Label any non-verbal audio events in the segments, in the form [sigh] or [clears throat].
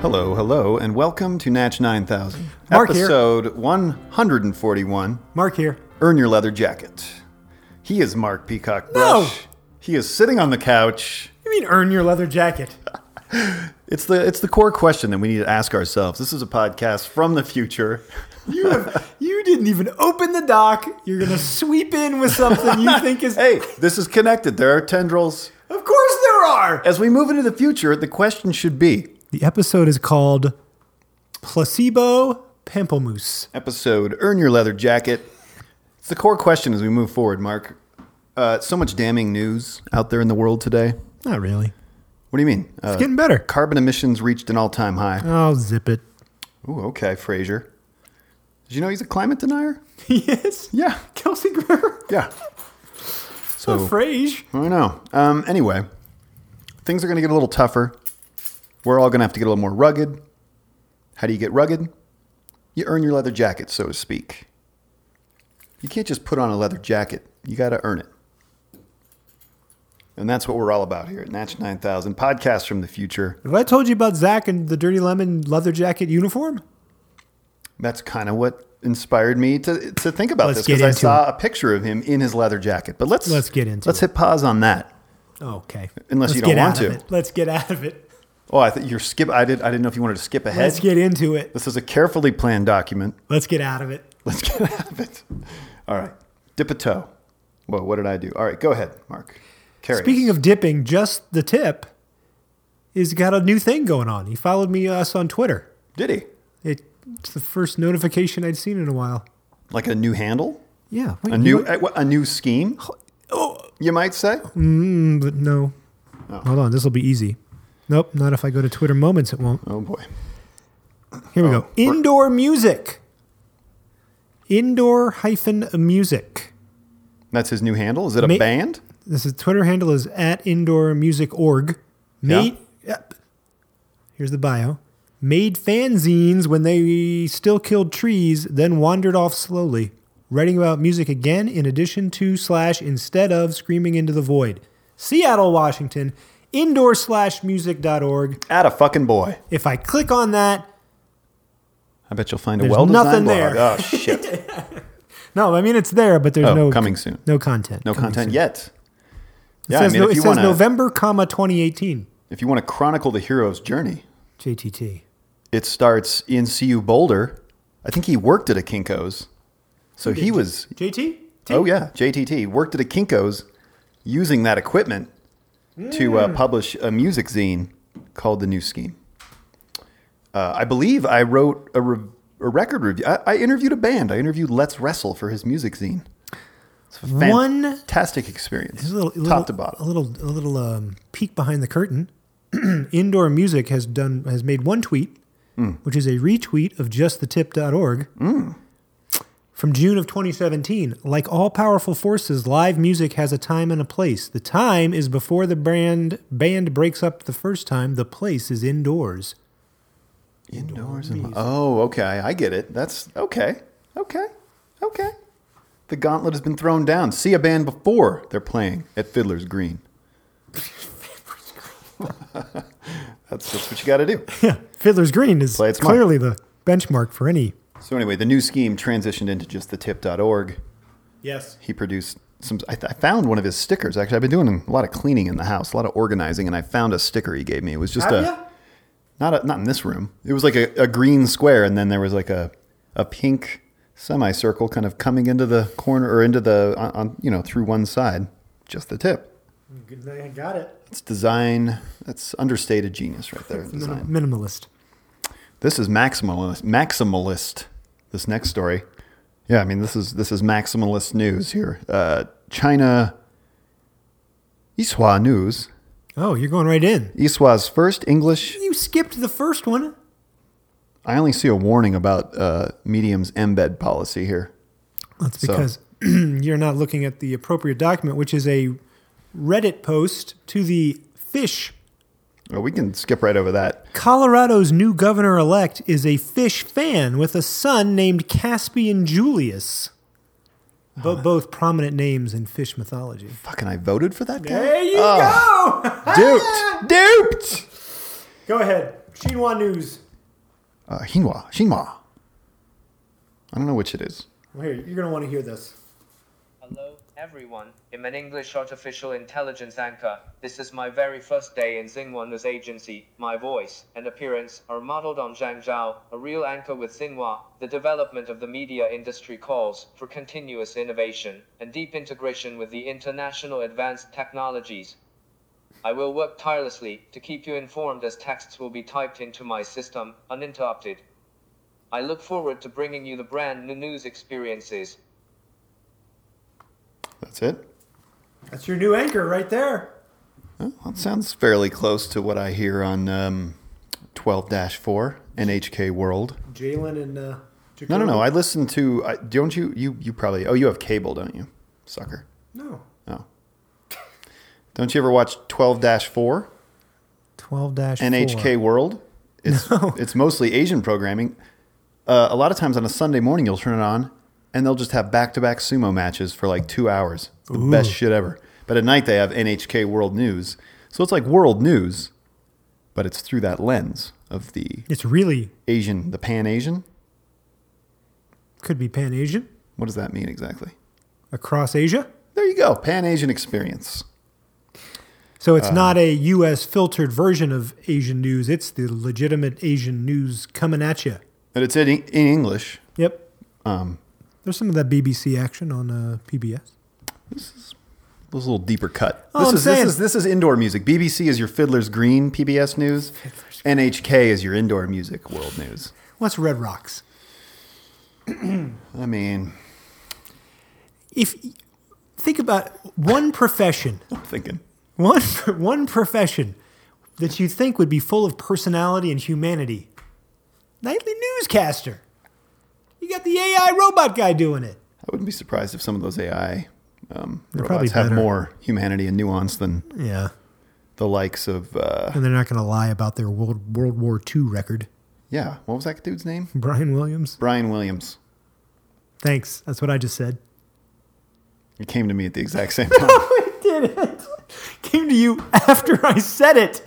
Hello, hello, and welcome to Natch 9000, Mark here. episode 141 Mark here. Earn Your Leather Jacket. He is Mark Peacock No! Brush. He is sitting on the couch. You mean earn your leather jacket? It's the, it's the core question that we need to ask ourselves. This is a podcast from the future. You have, you didn't even open the dock. You're gonna sweep in with something you think is. Hey, this is connected. There are tendrils. Of course there are. As we move into the future, the question should be The episode is called placebo pimplemoose. episode Earn Your Leather Jacket. It's the core question as we move forward, Mark. Uh, so much damning news out there in the world today. Not really. What do you mean? Uh, It's getting better. Carbon emissions reached an all-time high. I'll zip it. [laughs] Ooh, okay, Fraser. Did you know he's a climate denier? yes. Yeah, Kelsey Grammer. yeah. Oh, So Frage. I don't know. Um, anyway, things are going to get a little tougher. We're all going to have to get a little more rugged. How do you get rugged? You earn your leather jacket, so to speak. You can't just put on a leather jacket. You got to earn it. And that's what we're all about here at Natch 9000, podcast from the future. Have I told you about Zach and the Dirty Lemon leather jacket uniform? That's kind of what inspired me to to think about Let's this get because I into saw a picture of him in his leather jacket. But let's Let's get into let's hit pause on that. Okay. Unless Let's you don't get want out of to. it. Let's get out of it. Oh, I thought you're skip. I did. I didn't know if you wanted to skip ahead. Let's get into it. this is a carefully planned document. [laughs] Let's get out of it. Let's get out of it. All right, dip a toe. Whoa, what did I do? All right, go ahead, Mark. Carry. Speaking of dipping, just the tip is got a new thing going on. He followed me uh, us on Twitter. did he It, it's the first notification I'd seen in a while. like a new handle, Yeah, a new a, a new scheme? Oh. you might say. Mm, but no. Hold on, this will be easy. Nope, not if I go to Twitter Moments. It won't. Oh boy. Here we go. Indoor music. Indoor hyphen music. That's his new handle. Is it a Ma- band? This is Twitter handle is at indoor music org. Made, yep. Here's the bio. Made fanzines when they still killed trees, then wandered off slowly, writing about music again in addition to slash instead of screaming into the void. Seattle, Washington, indoor slash music.org. At a fucking boy. If I click on that, I bet you'll find a There's well-designed nothing blog. there. Oh shit. [laughs] no, I mean it's there, but there's Oh, no coming soon. No content. No Coming content soon. yet. It Yeah, I says, mean, no- if it you says want to November, comma 2018. if you want to chronicle the hero's journey, JTT. it starts in CU Boulder. I think he worked at a Kinkos, so he was. JT? Oh yeah, JTT worked at a Kinkos, using that equipment to Mm. uh, publish a music zine called The New Scheme. Uh, I believe I wrote a, re- a record review. I, I interviewed a band. I interviewed Let's Wrestle for his music zine. It's a One- fantastic experience, There's a little, a little- top to bottom. A little, a little um, peek behind the curtain. [clears throat] Indoor Music has done has made one tweet, Mm. which is a retweet of justthetip.org from June of 2017. Like all powerful forces, live music has a time and a place. The time is before the brand band breaks up the first time. The place is indoors. [laughs] Indoors and oh, okay, I get it. That's okay, okay, okay. The gauntlet has been thrown down. See a band before they're playing at Fiddler's Green. that's that's what you got to do. Yeah, Fiddler's Green is Play it smart. clearly the benchmark for any. So anyway, the new scheme transitioned into just the tip.org. Yes. He produced some. I, I found one of his stickers. Actually, I've been doing a lot of cleaning in the house, a lot of organizing, and I found a sticker he gave me. It was just a. not a, not in this room. It was like a, a green square, and then there was like a a pink semicircle kind of coming into the corner or into the on, on you know through one side, just the tip. I got it. It's design. That's understated genius right there. Design. Minimalist. This is maximalist. Maximalist. This next story. Yeah, I mean this is this is maximalist news here. Uh, China. Iswa News. Oh, you're going right in. Iswa's first English You skipped the first one. I only see a warning about uh, Medium's embed policy here. That's So- because [clears throat] you're not looking at the appropriate document, which is a Reddit post to the fish. Well, Oh, we can skip right over that. Colorado's new governor elect is a fish fan with a son named Caspian Julius. Ah. Bo- both prominent names in fish mythology. Fucking, I voted for that guy. [laughs] you Oh, Duped, duped. [laughs] go. Go ahead. Shinhwa News. Uh, Hinwa, Shinwa. I don't know which it is. Well, here, you're going to want to hear this. Hello, everyone. I'm an English artificial intelligence anchor. This is my very first day in Xinhua News Agency. My voice and appearance are modeled on Zhang Zhao, a real anchor with Xinhua. The development of the media industry calls for continuous innovation and deep integration with the international advanced technologies. I will work tirelessly to keep you informed as texts will be typed into my system, uninterrupted. I look forward to bringing you the brand new news experiences. That's it. That's your new anchor right there. Well, that sounds fairly close to what I hear on um, 12-4 NHK World. Jalen and. Uh, No, no, Jacoby. no. I listen to. I, don't you? You you probably. Oh, you have cable, don't you, sucker? No. Oh. Don't you ever watch 12-4 12 dash. NHK World? It's No. it's mostly Asian programming. Uh, a lot of times on a Sunday morning, you'll turn it on, and they'll just have back-to-back sumo matches for like two hours. The best shit ever. But at night, they have NHK World News, so it's like world news, but it's through that lens of the It's really, Asian, the Pan Asian. could be Pan Asian, What does that mean exactly? across Asia. There you go, Pan Asian experience. So it's not a U.S. filtered version of Asian news. It's the legitimate Asian news coming at you. And it's in, in English. Yep. Um, There's some of that BBC action on uh, PBS. This is a little deeper cut. this, Oh, I'm is, this saying- is this is indoor music. BBC is your Fiddler's Green PBS news. NHK is your indoor music world news. What's Red Rocks? I mean, If think about one profession, [laughs] I'm thinking. one one profession that you think would be full of personality and humanity. Nightly newscaster. You got the AI robot guy doing it. I wouldn't be surprised if some of those AI um, probably robots have better. more humanity and nuance than Yeah. the likes of uh, And they're not going to lie about their World, World War II record. [laughs] yeah. What was that dude's name? Brian Williams. Brian Williams. Thanks. That's what I just said. It came to me at the exact same [laughs] time. I did it. Came to you after I said it.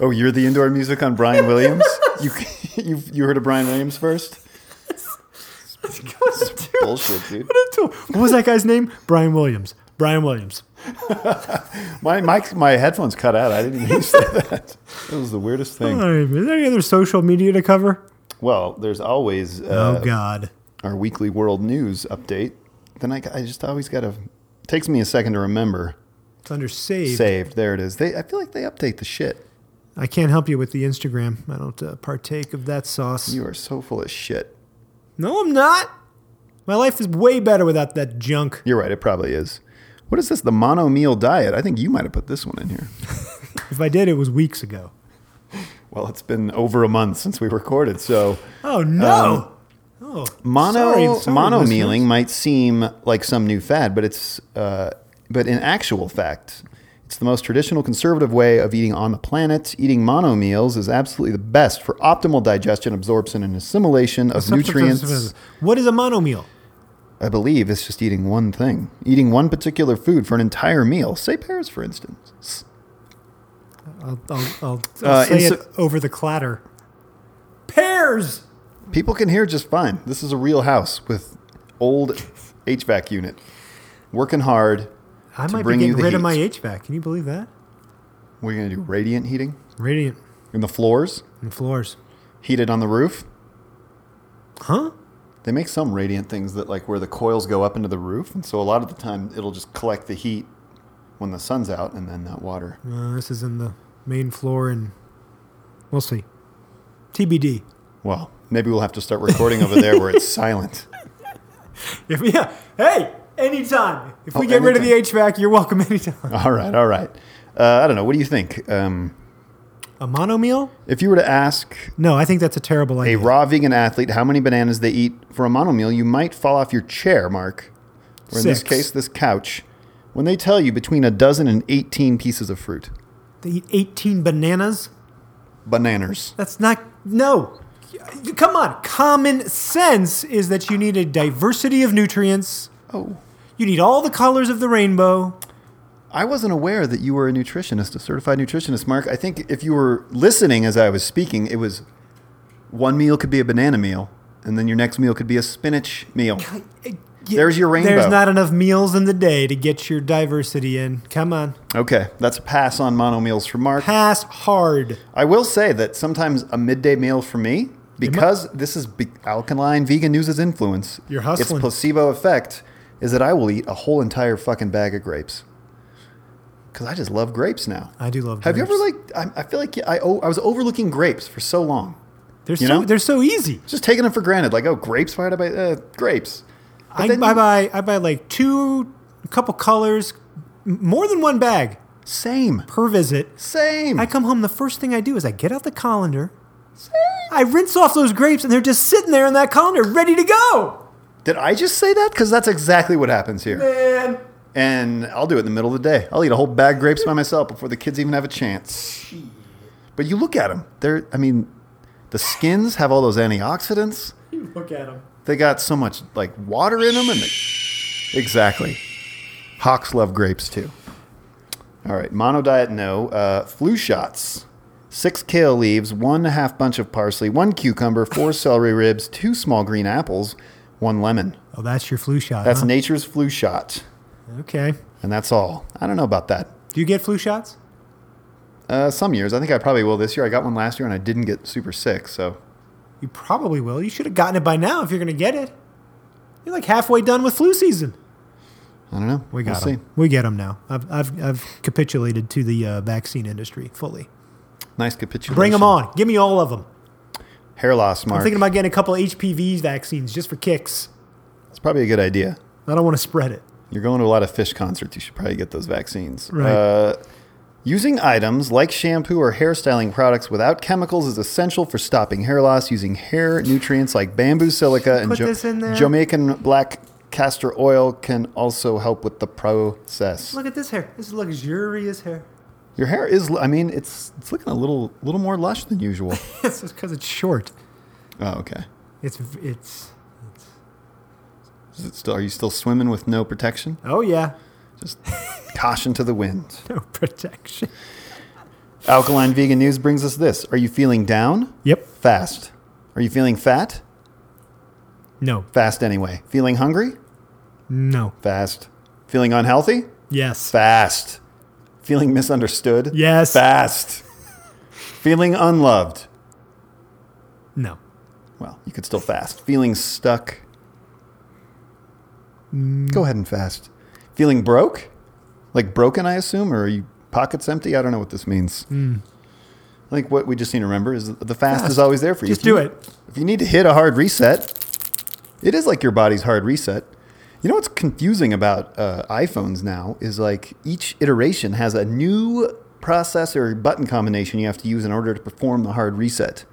oh, you're the indoor music on Brian Williams. you [laughs] you you heard of Brian Williams [laughs] first? Bullshit, dude. What was that guy's name? Brian Williams. Brian Williams. My mic, my headphones cut out. I didn't even [laughs] say that. That was the weirdest thing. is there any other social media to cover? Well, there's always uh, oh God. our weekly world news update. Then I, I just always gotta. Takes me a second to remember. It's under save. Saved. There it is. They. I feel like they update the shit. I can't help you with the Instagram. I don't uh, partake of that sauce. You are so full of shit. no, I'm not. My life is way better without that junk. You're right. It probably is. What is this? The mono meal diet. I think you might have put this one in here. If I did, it was weeks ago. Well, it's been over a month since we recorded, so Oh no. oh. Um, mono Sorry, sorry, mono listeners. mealing might seem like some new fad, but it's uh, but in actual fact, it's the most traditional conservative way of eating on the planet. Eating mono meals is absolutely the best for optimal digestion, absorption, and assimilation of nutrients. What is a mono meal? I believe it's just eating one thing, eating one particular food for an entire meal. Say pears, for instance. I'll, I'll, I'll, I'll Uh, say inso- it over the clatter. Pears. People can hear just fine. This is a real house with old HVAC unit, working hard. I to might be bring you getting the rid of heat. my HVAC. Can you believe that? We're gonna do radiant heating Radiant in the floors. and floors. heated on the roof. Huh? They make some radiant things that like where the coils go up into the roof, and so a lot of the time it'll just collect the heat when the sun's out, and then that water. Uh, this is in the main floor, and we'll see. TBD. Well, maybe we'll have to start recording over there where it's silent. If [laughs] yeah, hey, anytime. If we Oh, get rid of the anytime. HVAC, you're welcome [laughs] anytime. All right, all right. Uh, I don't know. What do you think? Um, A mono meal? if you were to ask No, I think that's a terrible a idea. raw vegan athlete how many bananas they eat for a mono meal, you might fall off your chair, Mark. Or in this Six. case, this couch. When they tell you between a dozen and 18 pieces of fruit, they eat 18 bananas. bananas. That's not no. Come on. Common sense is that you need a diversity of nutrients. Oh. You need all the colors of the rainbow. I wasn't aware that you were a nutritionist, a certified nutritionist, Mark. I think if you were listening as I was speaking, it was one meal could be a banana meal, and then your next meal could be a spinach meal. There's your rainbow. There's not enough meals in the day to get your diversity in. Come on. Okay, that's a pass on mono meals for Mark. Pass hard. I will say that sometimes a midday meal for me, because this is be- alkaline vegan news' influence, You're its hustling. placebo effect is that I will eat a whole entire fucking bag of grapes. Because I just love grapes now. I do love Have you grapes. ever like? I, I feel like I o- I was overlooking grapes for so long, They're so you know? they're so easy. just taking them for granted. Like, oh, grapes? Why did I buy uh, grapes? I, then I you- buy I buy like two, a couple colors, m- more than one bag Same, per visit. same. I come home. The first thing I do is I get out the colander. I rinse off those grapes, and they're just sitting there in that colander, ready to go. Did I just say that? Because that's exactly what happens here. And And I'll do it in the middle of the day. I'll eat a whole bag of grapes by myself before the kids even have a chance. But you look at them. They're, I mean, the skins have all those antioxidants. you look at them. They got so much like water in them, and they, exactly. Hawks love grapes too. All right, mono diet no. Uh, flu shots. Six kale leaves, one half bunch of parsley, one cucumber, [laughs] four celery ribs, two small green apples, one lemon. Oh, that's your flu shot. That's huh? nature's flu shot, okay. and that's all. I don't know about that. Do you get flu shots? Uh, some years, I think I probably will this year. I got one last year, and I didn't get super sick. So You probably will. You should have gotten it by now if you're going to get it. You're like halfway done with flu season. I don't know. We got we'll 'em. see. We get them now. I've, I've, I've capitulated to the uh, vaccine industry fully. Nice capitulation. Bring them on. Give me all of them. Hair loss, Mark. I'm thinking about getting a couple of HPV vaccines just for kicks. That's probably a good idea. I don't want to spread it. You're going to a lot of fish concerts. You should probably get those vaccines. Right. Uh, using items like shampoo or hairstyling products without chemicals is essential for stopping hair loss. Using hair nutrients like bamboo silica and Put this in there. Jamaican black castor oil can also help with the process. Look at this hair. This is luxurious hair. Your hair is, I mean, it's it's looking a little little more lush than [laughs] usual. it's just because it's short. oh, okay. It's it's. Is it still, are you still swimming with no protection? Oh yeah, Just caution to the wind. [laughs] no protection. Alkaline Vegan News brings us this. Are you feeling down? Yep. Fast. Are you feeling fat? No. Fast anyway. Feeling hungry? No. Fast. Feeling unhealthy? Yes. Fast. Feeling misunderstood? Yes. Fast. Feeling unloved? No. Well, you could still fast. Feeling stuck? Mm. Go ahead and fast. Feeling broke? Like broken, I assume, or are you pockets empty? I don't know what this means. Mm. I think what we just need to remember is that the fast, is always there for you. Just If you- do it. If you need to hit a hard reset, it is like your body's hard reset. You know what's confusing about uh, iPhones now is like each iteration has a new processor button combination you have to use in order to perform the hard reset.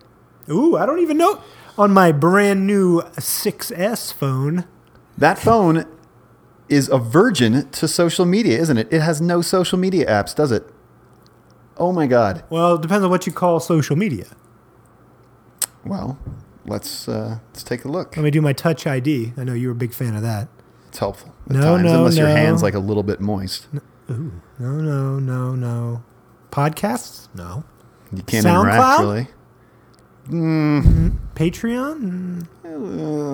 Ooh, I don't even know. On my brand new 6S phone, That phone is a virgin to social media, isn't it? It has no social media apps, does it? Oh my God. well, it depends on what you call social media. Well, let's uh, let's take a look. Let me do my Touch ID. I know you were a big fan of that. It's helpful at No, times, no, unless your no. hand's like a little bit moist. No, no, no, no. Podcasts? No. You can't SoundCloud? interact really. Patreon? Mm.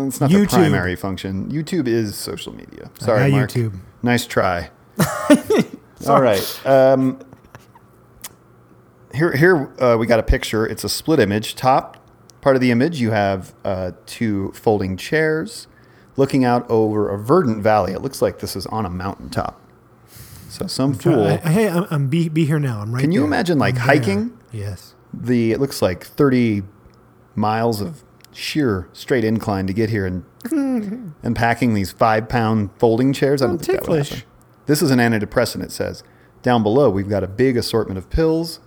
Uh, it's not YouTube. the primary function. YouTube is social media. Sorry, got Mark. YouTube. Nice [laughs] try. All right. Um, here, here uh, we got a picture. It's a split image. Top part of the image, you have uh, two folding chairs looking out over a verdant valley. It looks like this is on a mountaintop. So some fool. I- I- hey, I'm, I'm be, be here now. I'm right Can you there. imagine, like, I'm there. hiking? Yes. the it looks like 30 miles of sheer straight incline to get here and and packing these five pound folding chairs. I don't think that would Oh, ticklish. happen. This is an antidepressant. It says down below we've got a big assortment of pills.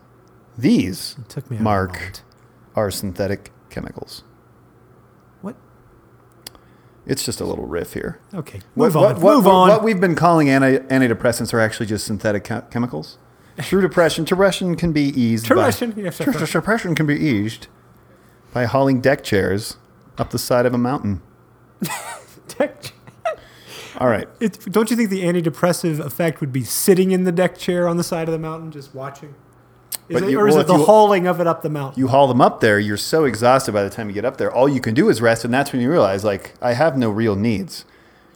These took me out of my mark mind. are synthetic chemicals. What? It's just a little riff here. Okay. What- Move on. what, what, Move what- on. [laughs] What we've been calling anti- antidepressants are actually just synthetic chem- [laughs] chemicals. True depression, depression can be eased. by- Depression, yes, True- depression. depression can be eased by hauling deck chairs up the side of a mountain. Tech- All right. It, don't you think the antidepressive effect would be sitting in the deck chair on the side of the mountain just watching? Is But it, you- or is well, it if the you- hauling of it up the mountain? You haul them up there. You're so exhausted by the time you get up there. All you can do is rest, and that's when you realize, like, I have no real needs.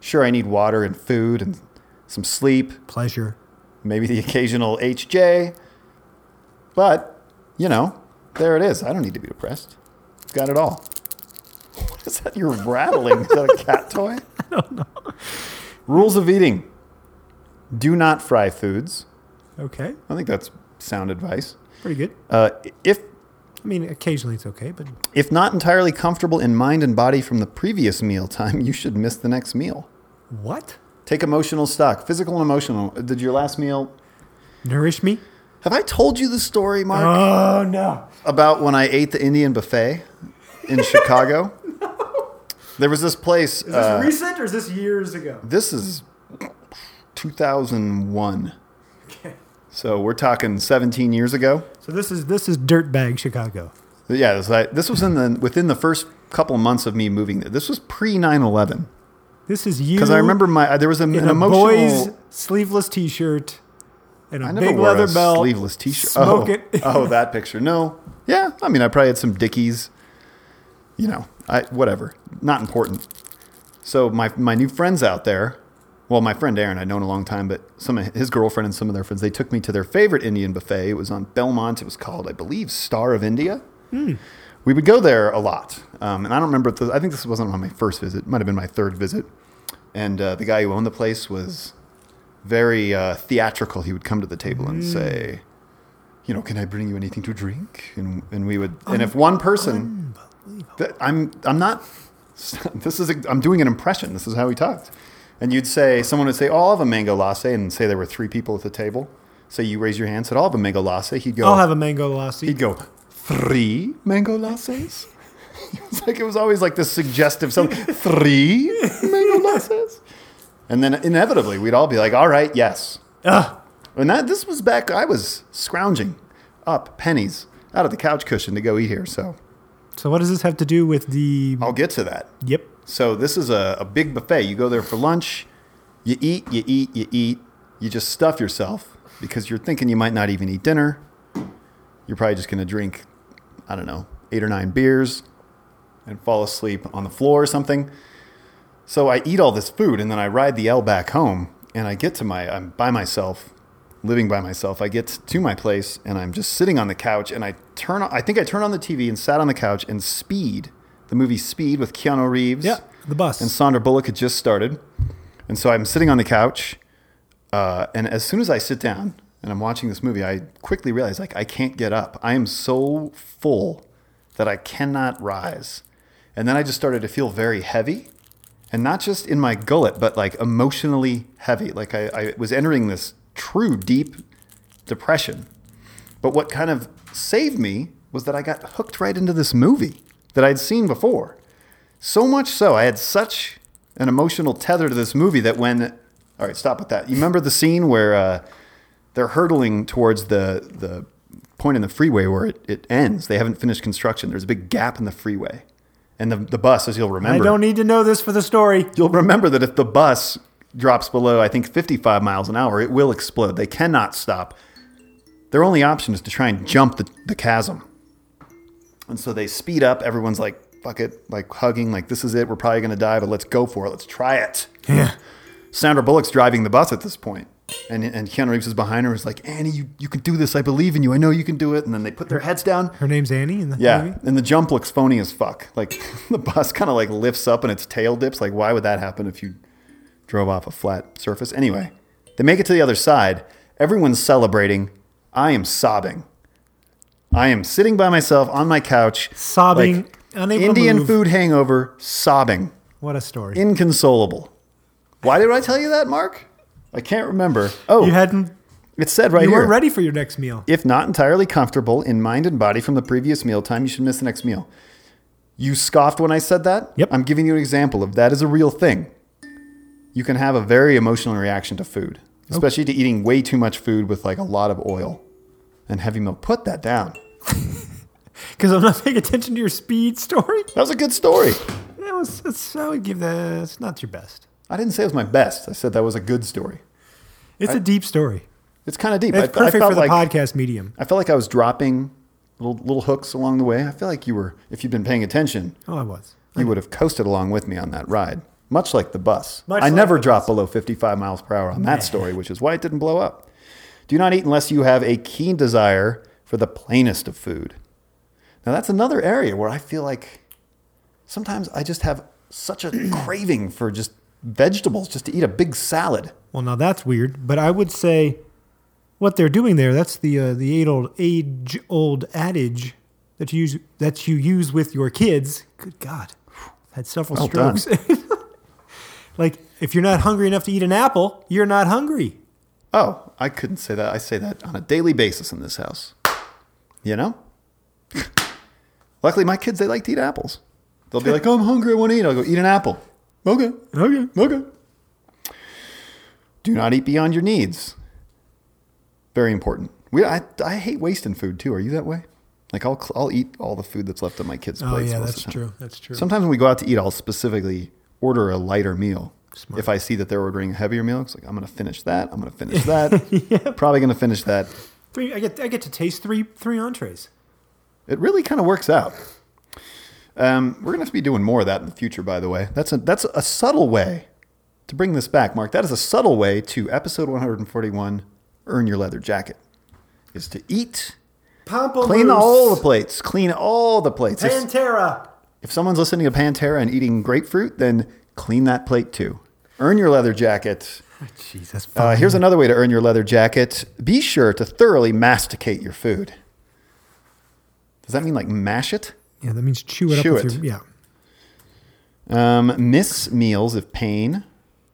Sure, I need water and food and some sleep, Pleasure. maybe the occasional HJ, but you know, there it is. I don't need to be depressed. Got it all. [laughs] What is that? You're rattling. is that a cat toy? [laughs] I don't know. Rules of eating: Do not fry foods. Okay. I think that's sound advice. Pretty good. Uh, if I mean, occasionally it's okay, but If not entirely comfortable in mind and body from the previous meal time, you should miss the next meal. what? Take emotional stock, physical and emotional. Did your last meal? Nourish me? Have I told you the story, Mark, Oh, no. about when I ate the Indian buffet [laughs] in Chicago? There was this place. Is this uh, recent or is this years ago? this is 2001. So we're talking 17 years ago. So this is this is dirtbag Chicago. Yeah, this, I, this was in the within the first couple months of me moving. There. This was pre 9 11. This is you. Because I remember my there was a, an in a emotional. boy's sleeveless T-shirt and a I never big wore leather a belt, sleeveless T-shirt. Smoke oh, it. [laughs] oh, that picture. No, yeah. I mean, I probably had some Dickies. You know, I whatever. Not important. So my my new friends out there. Well, my friend Aaron, I'd known a long time, but some of his girlfriend and some of their friends, they took me to their favorite Indian buffet. It was on Belmont. It was called, I believe, Star of India. Hmm. We would go there a lot, um, and I don't remember. If the, I think this wasn't on my first visit. It might have been my third visit. And uh, the guy who owned the place was very uh, theatrical. He would come to the table and say, "You know, can I bring you anything to drink?" And and we would. and if one person, Th- I'm I'm not. [laughs] This is a, I'm doing an impression. This is how he talked. And you'd say someone would say, "Oh, I'll have a mango latte," and say there were three people at the table. So you raise your hand, said, "I'll have a mango latte." He'd go, [laughs] I'll have a mango lassi. He'd go, three mango lattes? [laughs] it's like it was always like this suggestive something. Three mango lattes? And then inevitably we'd all be like, all right, yes. Ugh. And that this was back I was scrounging up pennies out of the couch cushion to go eat here. So So what does this have to do with the? I'll get to that. Yep. So this is a, a big buffet. You go there for lunch, you eat, you eat, you eat, you just stuff yourself because you're thinking you might not even eat dinner. You're probably just gonna drink, I don't know, eight or nine beers and fall asleep on the floor or something. So I eat all this food and then I ride the L back home and I get to my I'm by myself, living by myself. I get to my place and I'm just sitting on the couch and I turn on, I think I turned on the TV and sat on the couch and Speed, the movie Speed with Keanu Reeves Yeah. The bus. and Sandra Bullock had just started. And so I'm sitting on the couch. Uh, and as soon as I sit down and I'm watching this movie, I quickly realize like I can't get up. I am so full that I cannot rise. And then I just started to feel very heavy. And not just in my gullet, but like emotionally heavy. Like I, I was entering this true deep depression. But what kind of saved me was that I got hooked right into this movie that I'd seen before. So much so, I had such an emotional tether to this movie that when, all right, stop with that. You remember the scene where uh, they're hurtling towards the the point in the freeway where it, it ends. They haven't finished construction. There's a big gap in the freeway, and the the bus, as you'll I remember, don't need to know this for the story. you'll remember that if the bus drops below, I think 55 miles an hour, it will explode. They cannot stop. Their only option is to try and jump the, the chasm. And so they speed up. Everyone's like, fuck it, like hugging, like, this is it. We're probably going to die, but let's go for it. Let's try it. Yeah. Sandra Bullock's driving the bus at this point, And, and Keanu Reeves is behind her. Is like, Annie, you, you can do this. I believe in you. I know you can do it. And then they put their heads down. [laughs] Her name's Annie in the Yeah, movie. and the jump looks phony as fuck. Like [laughs] the bus kind of like lifts up and its tail dips. Like why would that happen if you drove off a flat surface? Anyway, they make it to the other side. Everyone's celebrating. I am sobbing. I am sitting by myself on my couch, Sobbing, like unable to Indian move. food hangover, sobbing, What a story. inconsolable. Why did I tell you that, Mark? I can't remember. Oh, you hadn't. it said right You here. weren't ready for your next meal. If not entirely comfortable in mind and body from the previous meal time, you should miss the next meal. You scoffed when I said that? Yep. I'm giving you an example of that is a real thing. You can have a very emotional reaction to food, Oh. especially to eating way too much food with like a lot of oil and heavy milk. Put that down. Because I'm not paying attention to your speed story. That was a good story. That was. That's. I would give that. It's not your best. I didn't say it was my best. I said that was a good story. It's a deep story. It's kind of deep. It's I, I perfect felt for the like, podcast medium. I felt like I was dropping little little hooks along the way. I feel like you were, if you'd been paying attention, Oh, I was. you would have coasted along with me on that ride, much like the bus. Much I like never the dropped below 55 miles per hour on that story, which is why it didn't blow up. Do not eat unless you have a keen desire for the plainest of food. Now, that's another area where I feel like sometimes I just have such a [clears throat] craving for just vegetables, just to eat a big salad. Well, now that's weird, but I would say what they're doing there, that's the uh, the age old age old adage that you use that you use with your kids. Good god. I've had several Well done. strokes. [laughs] like if you're not hungry enough to eat an apple, you're not hungry. Oh, I couldn't say that. I say that on a daily basis in this house. You know? [laughs] Luckily, my kids, they like to eat apples. They'll be like, oh, I'm hungry. I want to eat. I'll go, eat an apple. Okay. Okay. Okay. Do not eat beyond your needs. Very important. We, I, I hate wasting food too. Are you that way? Like, I'll, cl- I'll eat all the food that's left on my kids' Oh plates. yeah, most of the that's time. true. That's true. Sometimes when we go out to eat, I'll specifically order a lighter meal. If I see that they're ordering a heavier meal, it's like I'm going to finish that. I'm going to [laughs] finish that. Probably going to finish that. three I get I get to taste three three entrees. It really kind of works out. Um, we're going to have to be doing more of that in the future, by the way. That's a, that's a subtle way to bring this back, Mark. That is a subtle way to episode 141 Earn Your Leather Jacket is to eat, Pompomoose. clean all the plates, clean all the plates. If- Pantera. If someone's listening to Pantera and eating grapefruit, then clean that plate too. Earn your leather jacket. Ah, Jeez, that's Uh, fine. here's another way to earn your leather jacket be sure to thoroughly masticate your food. Does that mean like mash it? yeah, that means chew it Chew up with it. your yeah. Um, miss meals if pain,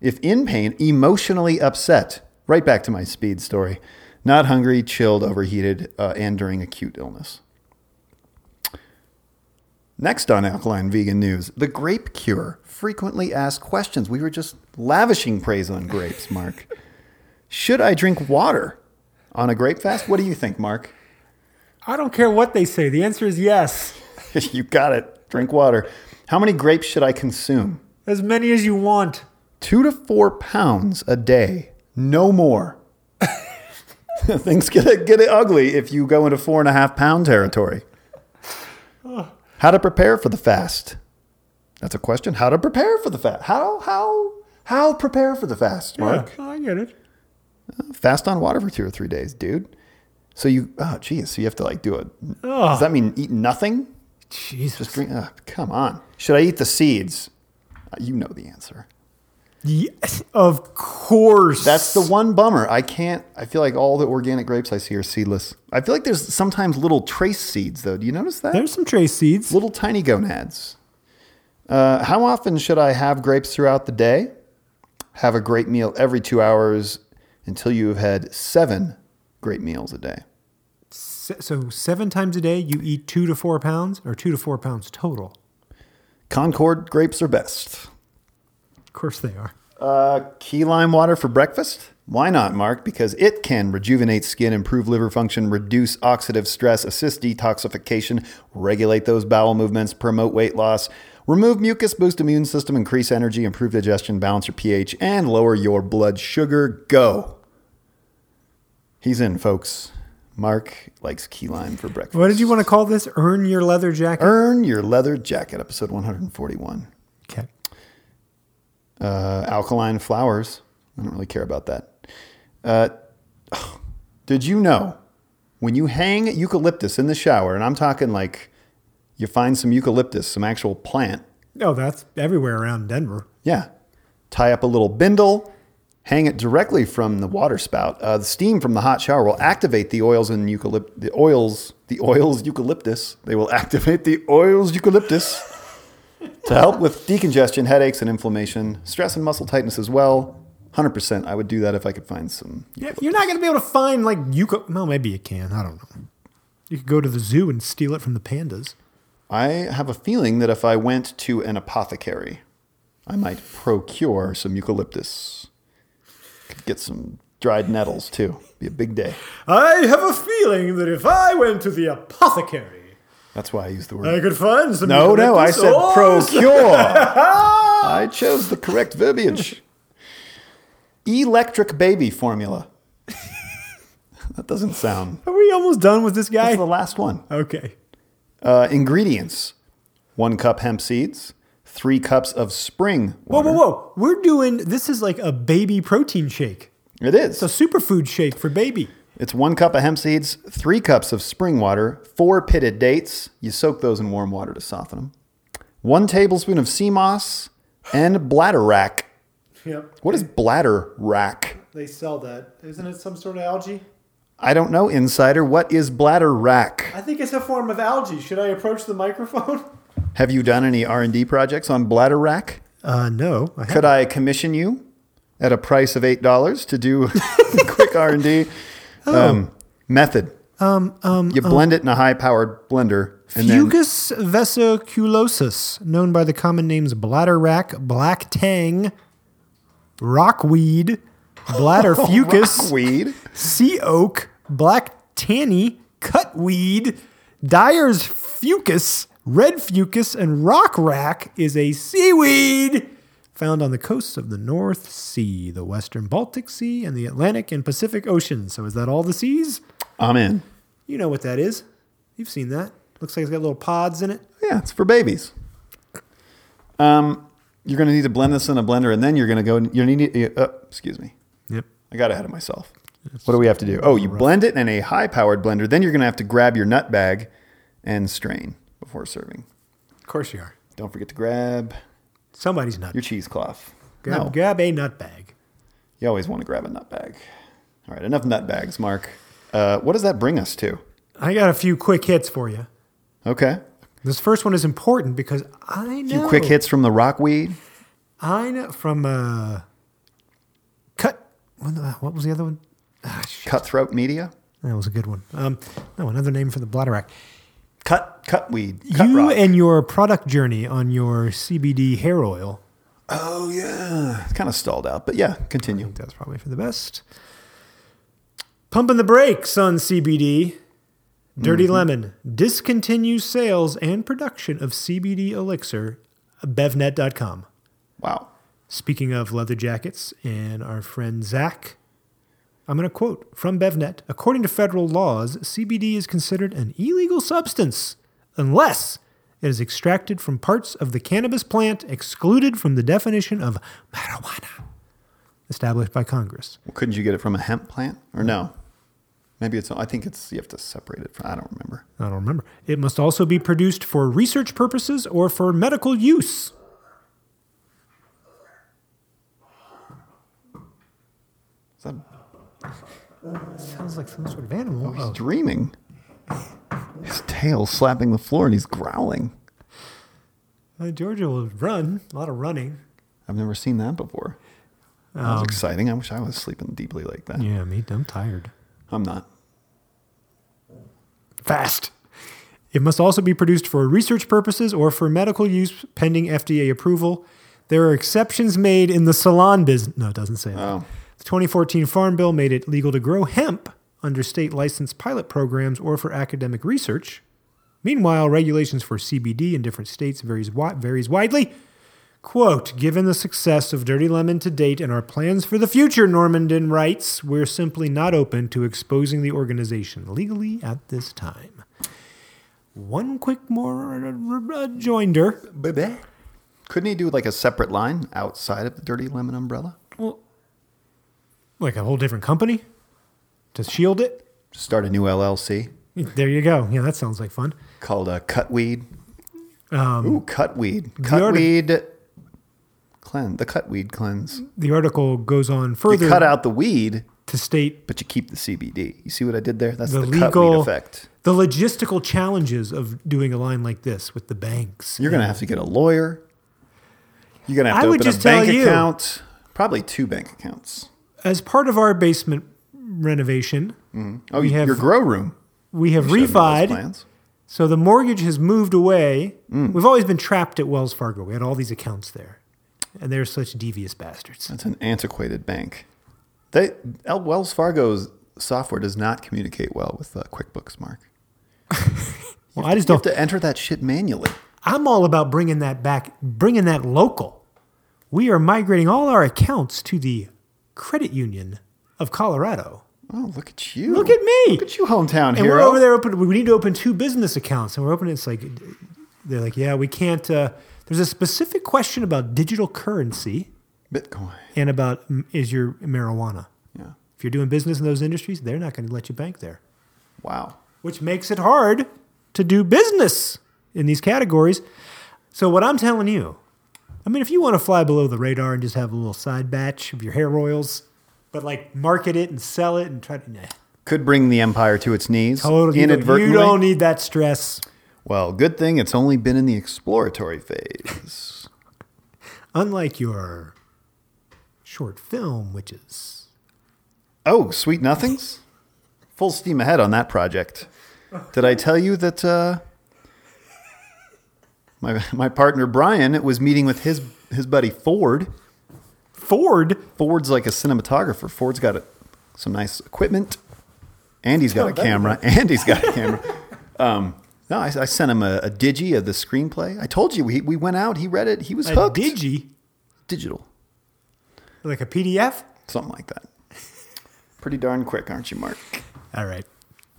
if in pain, emotionally upset. Right back to my speed story. Not hungry, chilled, overheated, uh, and during acute illness. Next on Alkaline Vegan News, the grape cure. Frequently asked questions. We were just lavishing praise on grapes, Mark. Should I drink water on a grape fast? What do you think, Mark? [laughs] I don't care what they say. The answer is yes. you got it. Drink water. How many grapes should I consume? As many as you want. two to four pounds a day, no more. [laughs] Things get get ugly if you go into four and a half pound territory. How to prepare for the fast? That's a question. How to prepare for the fast? How how how prepare for the fast, Mark? Yeah, I get it. Fast on water for two or three days, dude. So you oh geez, so you have to like do it. Does Ugh. that mean eat nothing? Jesus. Just drink. ah, come on. Should I eat the seeds? Uh, You know the answer. Yes, of course. That's the one bummer. I can't. I feel like all the organic grapes I see are seedless. I feel like there's sometimes little trace seeds, though. Do you notice that? There's some trace seeds. little tiny gonads. Uh, how often should I have grapes throughout the day? Have a great meal every two hours until you have had seven great meals a day. Se- So seven times a day, you eat two to four pounds, or two to four pounds total. Concord grapes are best. Of course they are. Uh, key lime water for breakfast? Why not, Mark? Because it can rejuvenate skin, improve liver function, reduce oxidative stress, assist detoxification, regulate those bowel movements, promote weight loss, remove mucus, boost immune system, increase energy, improve digestion, balance your pH, and lower your blood sugar. Go. He's in, folks. Mark likes key lime for breakfast. What did you want to call this? Earn your leather jacket. Earn your leather jacket, episode 141. okay. uh, alkaline flowers. I don't really care about that. Uh, did you know when you hang eucalyptus in the shower, and I'm talking like you find some eucalyptus, some actual plant, Oh, that's everywhere around Denver. yeah, tie up a little bindle, hang it directly from the water spout. Uh, the steam from the hot shower will activate the oils in eucalypt, the oils, the oils eucalyptus. They will [laughs] activate the oils eucalyptus to help with decongestion, headaches, and inflammation, stress and muscle tightness as well. 100%. I would do that if I could find some. Yeah, You're not going to be able to find like eucalyptus. Well, maybe you can. I don't know. You could go to the zoo and steal it from the pandas. I have a feeling that if I went to an apothecary, I might procure some eucalyptus. Could get some dried nettles too. Be a big day. I have a feeling that if I went to the apothecary, That's why I used the word. I could find some. no, no, I Oh, eucalyptus. said Oh, procure. I chose the correct verbiage. Electric baby formula. that doesn't sound. Are we almost done with this guy? That's the last one. Okay. Uh, ingredients: one cup hemp seeds, three cups of spring Whoa, water. whoa, whoa. We're doing this is like a baby protein shake. It is. It's a superfood shake for baby. It's one cup of hemp seeds, three cups of spring water, four pitted dates. You soak those in warm water to soften them. One tablespoon of sea moss and bladder rack. Yep. What is bladder rack? They sell that. Isn't it some sort of algae? I don't know, insider. What is bladder rack? I think it's a form of algae. Should I approach the microphone? Have you done any R and D projects on bladder rack? [laughs] Uh, no. I Could I commission you at a price of eight dollars to do [laughs] quick R and D um, method? Oh. um, um, You blend it in a high-powered blender, and then Fucus vesiculosus, known by the common names bladder rack, black tang, rockweed, [laughs] bladder fucus, weed. sea oak, black tanny, cutweed, dyer's fucus, red fucus, and rock rack is a seaweed found on the coasts of the North Sea, the Western Baltic Sea, and the Atlantic and Pacific Oceans. So, is that all the seas? I'm in. You know what that is. You've seen that. Looks like it's got little pods in it. Yeah, it's for babies. Um, you're gonna need to blend this in a blender, and then you're gonna go. You need. Uh, excuse me. Yep. I got ahead of myself. What do we have to do? Oh, you blend it in a high-powered blender. Then you're gonna have to grab your nut bag and strain before serving. Of course you are. Don't forget to grab Somebody's nut. your cheesecloth. Grab, no, grab a nut bag. you always want to grab a nut bag. All right, enough nut bags, Mark. Uh, what does that bring us to? I got a few quick hits for you. Okay, This first one is important because I know. few quick hits from the rockweed. I know from uh, cut. What, the, what was the other one? Ah, shit. Cutthroat media. That was a good one. Um, no, another name for the bladder rack. Cut cutweed. Cut you rock. and your product journey on your CBD hair oil. Oh yeah, it's kind of stalled out, but yeah, continue. That's probably for the best. Pumping the brakes on CBD. Dirty Mm-hmm. Lemon discontinues sales and production of CBD elixir. Bevnet.com. Wow. Speaking of leather jackets and our friend Zach, I'm going to quote from BevNet According to federal laws, CBD is considered an illegal substance unless it is extracted from parts of the cannabis plant excluded from the definition of marijuana established by Congress. Well, couldn't you get it from a hemp plant or no? Maybe it's. I think it's. You have to separate it from. I don't remember. I don't remember. It must also be produced for research purposes or for medical use. Is that Sounds like some sort of animal. he's dreaming? His tail slapping the floor and he's growling. Uh, Georgia will run, a lot of running. I've never seen that before. that was exciting. I wish I was sleeping deeply like that. Um, Yeah, me, I'm tired. I'm not. Fast. It must also be produced for research purposes or for medical use pending FDA approval. There are exceptions made in the salon business. No, it doesn't say that. Oh. The 2014 Farm Bill made it legal to grow hemp under state licensed pilot programs or for academic research. Meanwhile, regulations for CBD in different states varies, wi- varies widely. Quote, given the success of Dirty Lemon to date and our plans for the future, Normandin writes, we're simply not open to exposing the organization legally at this time. One quick more rejoinder. Baby. Couldn't he do like a separate line outside of the dirty lemon umbrella? Well, like a whole different company to shield it? Just start a new LLC There you go. Yeah, that sounds like fun. called uh, Cutweed. Um, Ooh, Cutweed. already- Cutweed. Cleanse. The Cutweed cleanse. the article goes on further you cut out the weed, to state but you keep the CBD. You see what I did there? That's the, the, legal cutweed effect. the logistical challenges of doing a line like this with the banks. You're gonna have to get a lawyer. You're gonna have to I would open just a tell bank you. account. Probably two bank accounts. As part of our basement renovation, Oh, We have- your grow room. we have Showed me those refied. plans. So the mortgage has moved away. Mm. We've always been trapped at Wells Fargo. We had all these accounts there, and they're such devious bastards. That's an antiquated bank. They El- Wells Fargo's software does not communicate well with uh, QuickBooks. Mark, Well, I just you have don't. to enter that shit manually. I'm all about bringing that back, bringing that local. We are migrating all our accounts to the Credit Union of Colorado. Oh, look at you. Look at me. Look at you, hometown and hero. we're over there open we need to open two business accounts and we're opening it's like they're like yeah we can't uh, there's a specific question about digital currency Bitcoin. and about mm, is your marijuana Yeah. if you're doing business in those industries they're not going to let you bank there Wow. which makes it hard to do business in these categories so what i'm telling you i mean if you want to fly below the radar and just have a little side batch of your hair oils but like market it and sell it and try to nah, Could bring the empire to its knees totally you don't- inadvertently. you don't need that stress Well, good thing it's only been in the exploratory phase. unlike your short film, which is oh, sweet nothings? Full steam ahead on that project. Did I tell you that uh, my, my partner Brian was meeting with his, his buddy Ford? Ford. Ford's like a cinematographer. Ford's got a, some nice equipment. Andy's got a that'd be camera. Andy's got a camera. Um, no, I, I sent him a, a digi of the screenplay. I told you we, we went out. He read it. He was A hooked. digi, Digital, like a PDF. something like that. Pretty darn quick, aren't you, Mark? All right.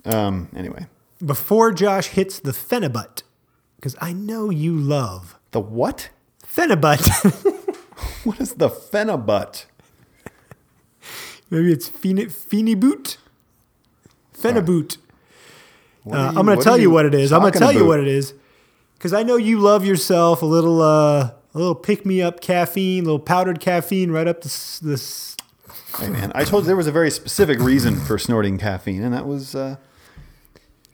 Um, anyway, Before Josh hits the Fenibut, because I know you love the what? [laughs] Fenibut. [laughs] What is the fenibut? Maybe it's Feni- Feniboot. Feniboot. What Uh, are I'm going what to are tell you what it is. I'm going to talking tell you about? what it is because I know you love yourself a little, uh, a little pick me up caffeine, little powdered caffeine right up this, this Hey, man, I told you there was a very specific reason for snorting caffeine, and that was uh,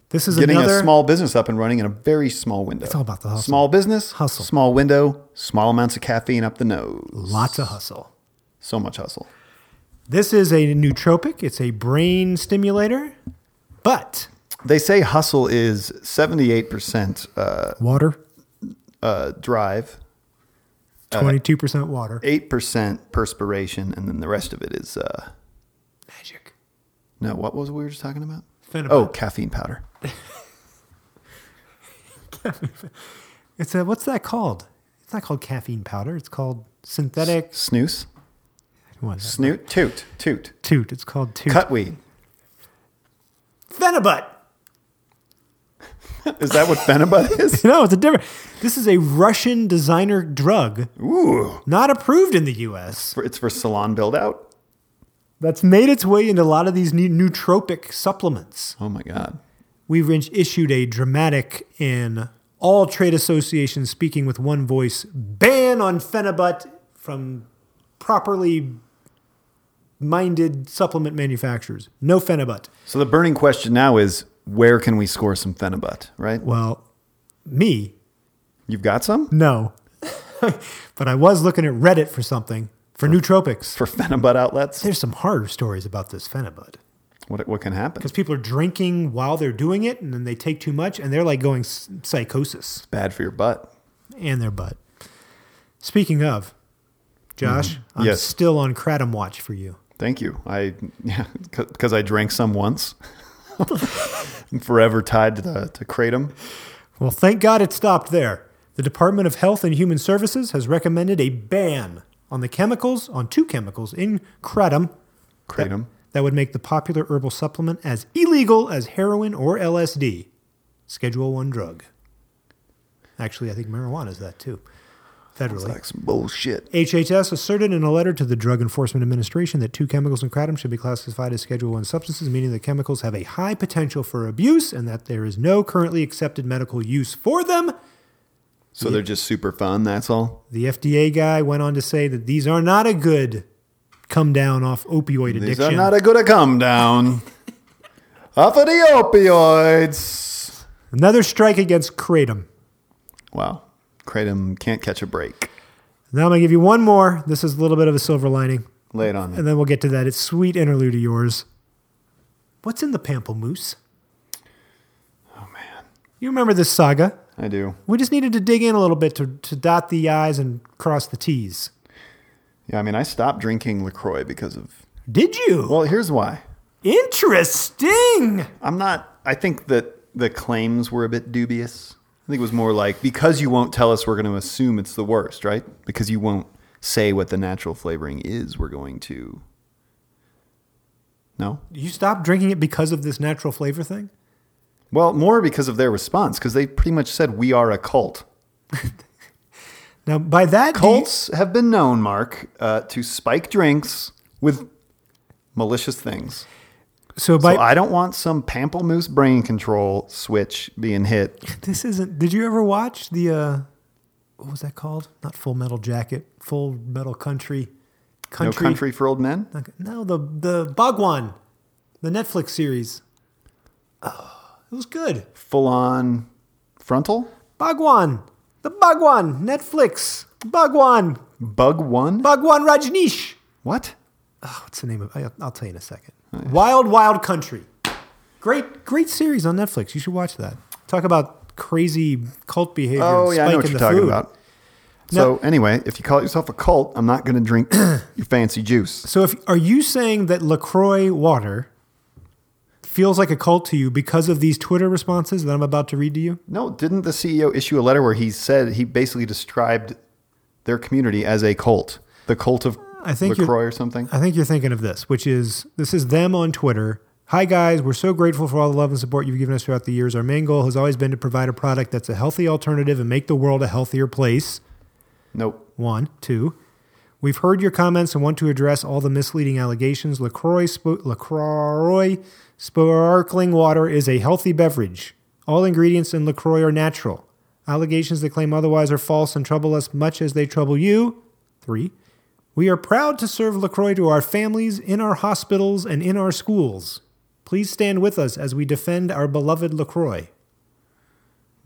This is getting another a small business up and running in a very small window. It's all about the hustle. Small business, Hustle. Small window, small amounts of caffeine up the nose. lots of hustle. So much hustle. This is a nootropic. It's a brain stimulator, but They say hustle is 78% uh, water, uh, drive, twenty-two percent water. 8% perspiration, and then the rest of it is uh, Magic. no, what was we were just talking about? Fenibut. Oh, caffeine powder. It's a what's that called? It's not called caffeine powder. It's called synthetic. Snooze. What is that? Snoot. Toot. Toot. Toot. It's called toot. Cutweed. Fenibut. Is that what Fenibut [laughs] is? No, it's a different. This is a Russian designer drug, Ooh. not approved in the U.S. For- It's for salon build out. That's made its way into a lot of these new nootropic supplements. Oh my God. we've in- issued a dramatic and all trade associations speaking with one voice ban on phenibut from properly minded supplement manufacturers. No phenibut. So the burning question now is where can we score some Fenibut, right? Well, me, You've got some? no. [laughs] but I was looking at Reddit for something for nootropics. for Fenibut outlets? There's some horror stories about this phenibut. What what can happen? Because people are drinking while they're doing it, and then they take too much, and they're like going s- psychosis. Bad for your butt. and their butt. Speaking of, Josh, I'm Yes. still on kratom watch for you. Thank you. I [laughs] yeah, because I drank some once. [laughs] I'm forever tied to the to kratom. Well, thank God it stopped there. The Department of Health and Human Services has recommended a ban on the chemicals, on two chemicals in kratom Kratom. that would make the popular herbal supplement as illegal as heroin or LSD, Schedule 1 drug. Actually, I think marijuana is that too, federally. Like some bullshit. HHS asserted in a letter to the Drug Enforcement Administration that two chemicals in kratom should be classified as Schedule 1 substances, meaning the chemicals have a high potential for abuse and that there is no currently accepted medical use for them. So they're just super fun. That's all. The FDA guy went on to say that these are not a good come down off opioid These addiction. are not a good a come down. [laughs] Off of the opioids. Another strike against kratom. Wow. Kratom can't catch a break. Now I'm going to give you one more. This is a little bit of a silver lining, Lay it on me. and then we'll get to that. It's sweet interlude of yours. What's in the pamplemousse? Oh man, You remember this saga? I do. We just needed to dig in a little bit to, to dot the I's and cross the T's. Yeah, I mean, I stopped drinking Lacroix because of. Did you? Well, here's why. Interesting. I'm not. I think that the claims were a bit dubious. I think it was more like because you won't tell us, we're going to assume it's the worst, right? Because you won't say what the natural flavoring is, we're going to No. You stopped drinking it because of this natural flavor thing? Well, more because of their response, because they pretty much said we are a cult. Now, by that, do you- Cults have been known, Mark, uh, to spike drinks with malicious things. so by So I don't want some pamplemousse brain control switch being hit. this isn't. Did you ever watch the uh, what was that called? Not Full Metal Jacket, Full Metal Country, No Country. country for old men. Okay, No, the the Bhagwan, the Netflix series. Oh, it was good. Full on frontal. Bhagwan, the Bhagwan, Netflix. Bhagwan, Bug one. Bhagwan Rajneesh. What? Oh, what's the name of? I, I'll tell you in a second. Wild Wild Country. Great, great series on Netflix. You should watch that. Talk about crazy cult behavior. Oh and yeah, I know spike what in you're the talking food. about. So anyway, if you call yourself a cult, I'm not going to [clears throat] drink your fancy juice. So, if are you saying that Lacroix water feels like a cult to you because of these Twitter responses that I'm about to read to you? No, didn't the CEO issue a letter where he said he basically described their community as a cult, the cult of I think you're- Lacroix or something? I think you're thinking of this, which is this is them on Twitter. Hi guys, we're so grateful for all the love and support you've given us throughout the years. Our main goal has always been to provide a product that's a healthy alternative and make the world a healthier place. Nope. One, two. We've heard your comments and want to address all the misleading allegations. LaCroix, sp- LaCroix sparkling water is a healthy beverage. All ingredients in LaCroix are natural. Allegations that claim otherwise are false and trouble us much as they trouble you. Three. We are proud to serve LaCroix to our families, in our hospitals, and in our schools. Please stand with us as we defend our beloved LaCroix.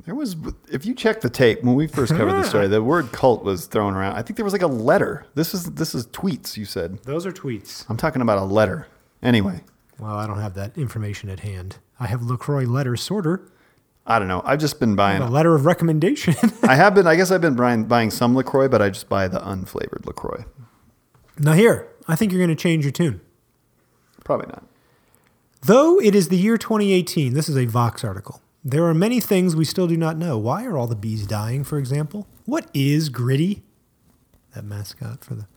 There was, if you check the tape when we first covered this [laughs] story, the word "cult" was thrown around. I think there was like a letter. This is this is tweets. You said Those are tweets. I'm talking about a letter. Anyway, Well, I don't have that information at hand. I have LaCroix letter sorter. I don't know. I've just been a buying. letter of recommendation. [laughs] I have been. I guess I've been buying, buying some Lacroix, but I just buy the unflavored Lacroix. now, here, I think you're going to change your tune. Probably not. Though it is the year 2018, this is a Vox article. There are many things we still do not know. Why are all the bees dying, for example? What is Gritty? That mascot for the.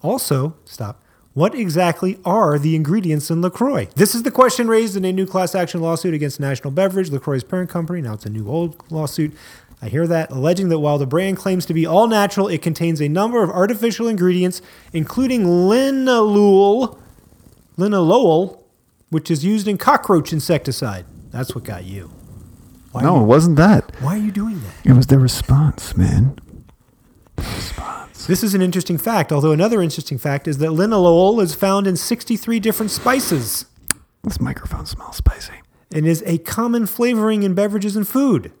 Also, stop. What exactly are the ingredients in LaCroix? This is the question raised in a new class action lawsuit against National Beverage, LaCroix's parent company. Now it's a new old lawsuit. I hear that, alleging that while the brand claims to be all natural, it contains a number of artificial ingredients, including linalool, linolol, which is used in cockroach insecticide. That's what got you. Why Are No, you, it wasn't that. why are you doing that? It was the response, man. This is an interesting fact, although another interesting fact is that linalool is found in 63 different spices This microphone smells spicy. and is a common flavoring in beverages and food.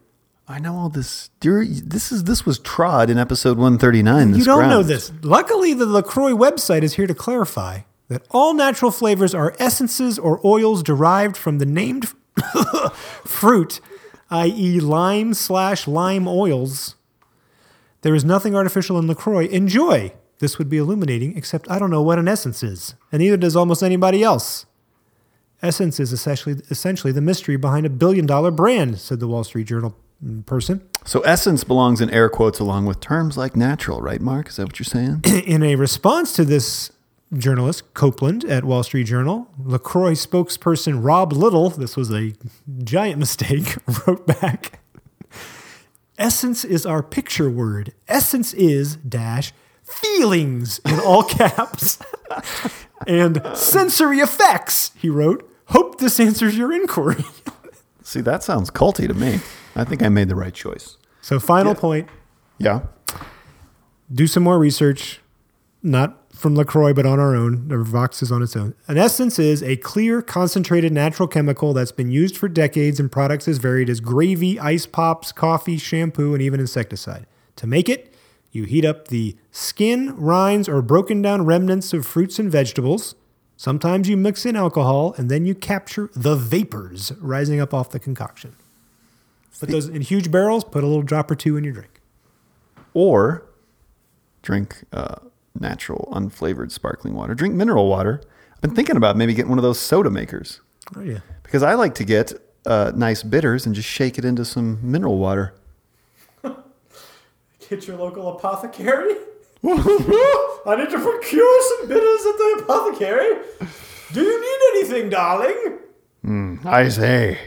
I know all this. Dear, this is this was trod in episode 139. This you don't know ground. this. Luckily, the LaCroix website is here to clarify that all natural flavors are essences or oils derived from the named [laughs] fruit, i.e., lime slash lime oils. There is nothing artificial in LaCroix. Enjoy! This would be illuminating, except I don't know what an essence is, and neither does almost anybody else. Essence is essentially, essentially the mystery behind a billion dollar brand, said the Wall Street Journal mm, person. So essence belongs in air quotes along with terms like natural, right, Mark? Is that what you're [coughs] saying? in a response to this journalist, Copeland at Wall Street Journal, LaCroix spokesperson Rob Little, this was a giant [laughs] mistake, wrote back Essence is our picture word. Essence is dash feelings in all [laughs] caps and sensory effects, he wrote. Hope this answers your inquiry. [laughs] See, that sounds culty to me. I think I made the right choice. so, final point Yeah. do some more research, not from LaCroix, but on our own. Or Vox is on its own. An essence is a clear, concentrated natural chemical that's been used for decades in products as varied as gravy, ice pops, coffee, shampoo, and even insecticide. To make it, you heat up the skin, rinds, or broken down remnants of fruits and vegetables. Sometimes you mix in alcohol and then you capture the vapors rising up off the concoction. Put those in huge barrels, put a little drop or two in your drink. Or drink uh, natural, unflavored sparkling water. Drink mineral water. I've been thinking about maybe getting one of those soda makers Oh, yeah. because I like to get uh, nice bitters and just shake it into some mineral water. Get your local [laughs] apothecary. I need to procure some bitters at the apothecary. Do you need anything, darling? I say.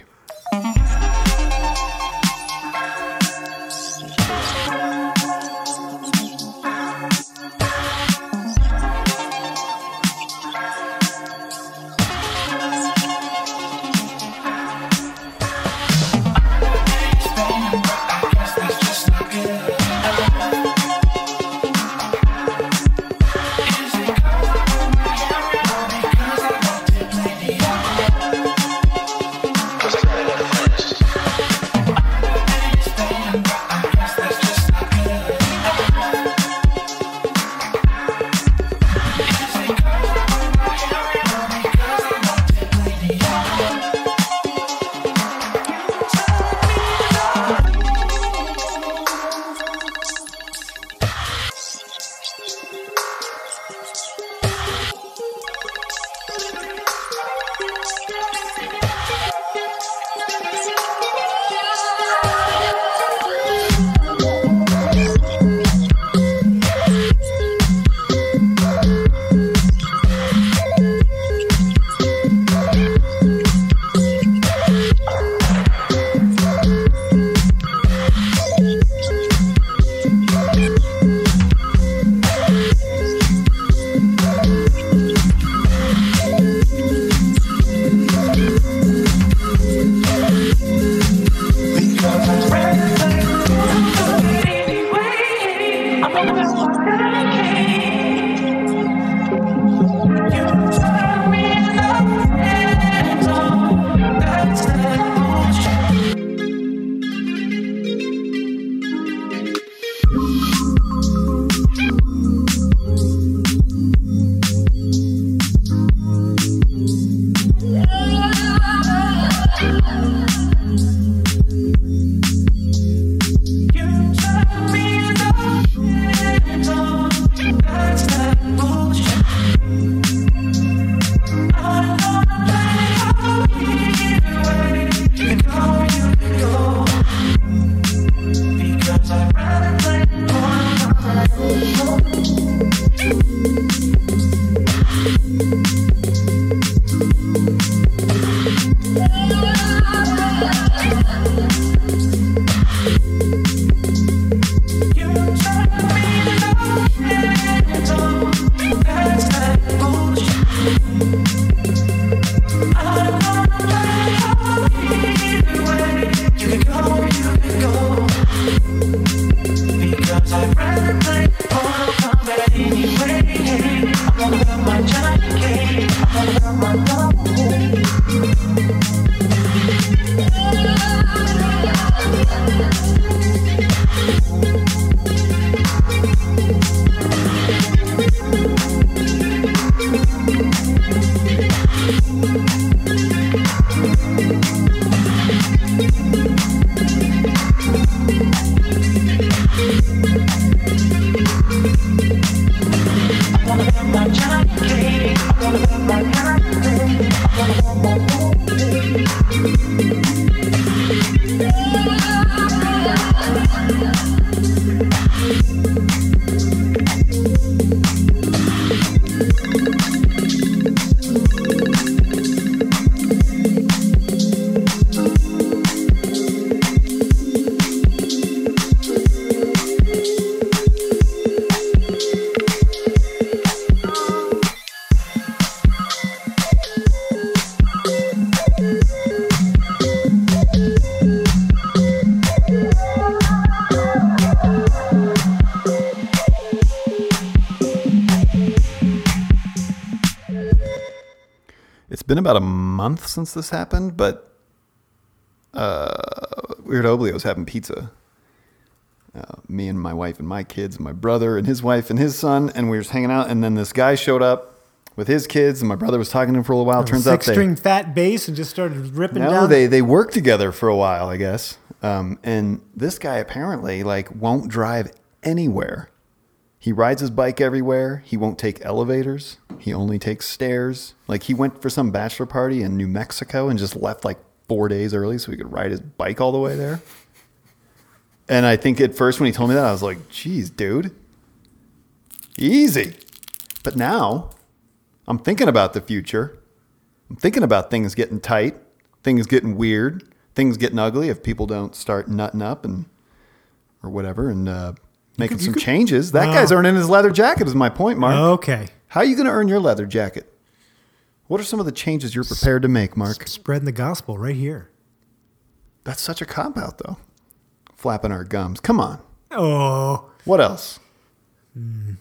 It's been about a month since this happened, but uh, Weird Oblio was having pizza. Uh, me and my wife and my kids, and my brother and his wife and his son, and we were just hanging out. And then this guy showed up with his kids, and my brother was talking to him for a little while. Turns out Six they string fat bass and just started ripping no, down. they they worked together for a while, I guess. Um, and this guy apparently like won't drive anywhere. He rides his bike everywhere. He won't take elevators. He only takes stairs. Like he went for some bachelor party in New Mexico and just left like four days early so he could ride his bike all the way there. And I think at first when he told me that, I was like, "Geez, dude, easy." But now I'm thinking about the future I'm thinking about things getting tight, things getting weird, things getting ugly if people don't start nutting up and or whatever and uh, making could- you some could- changes. That Wow. guy's earning his leather jacket is my point, Mark. Okay. How are you going to earn your leather jacket? What are some of the changes you're prepared to make, Mark? Spreading the gospel right here. That's such a cop out, though. Flapping our gums. Come on. Oh. What else? Hmm.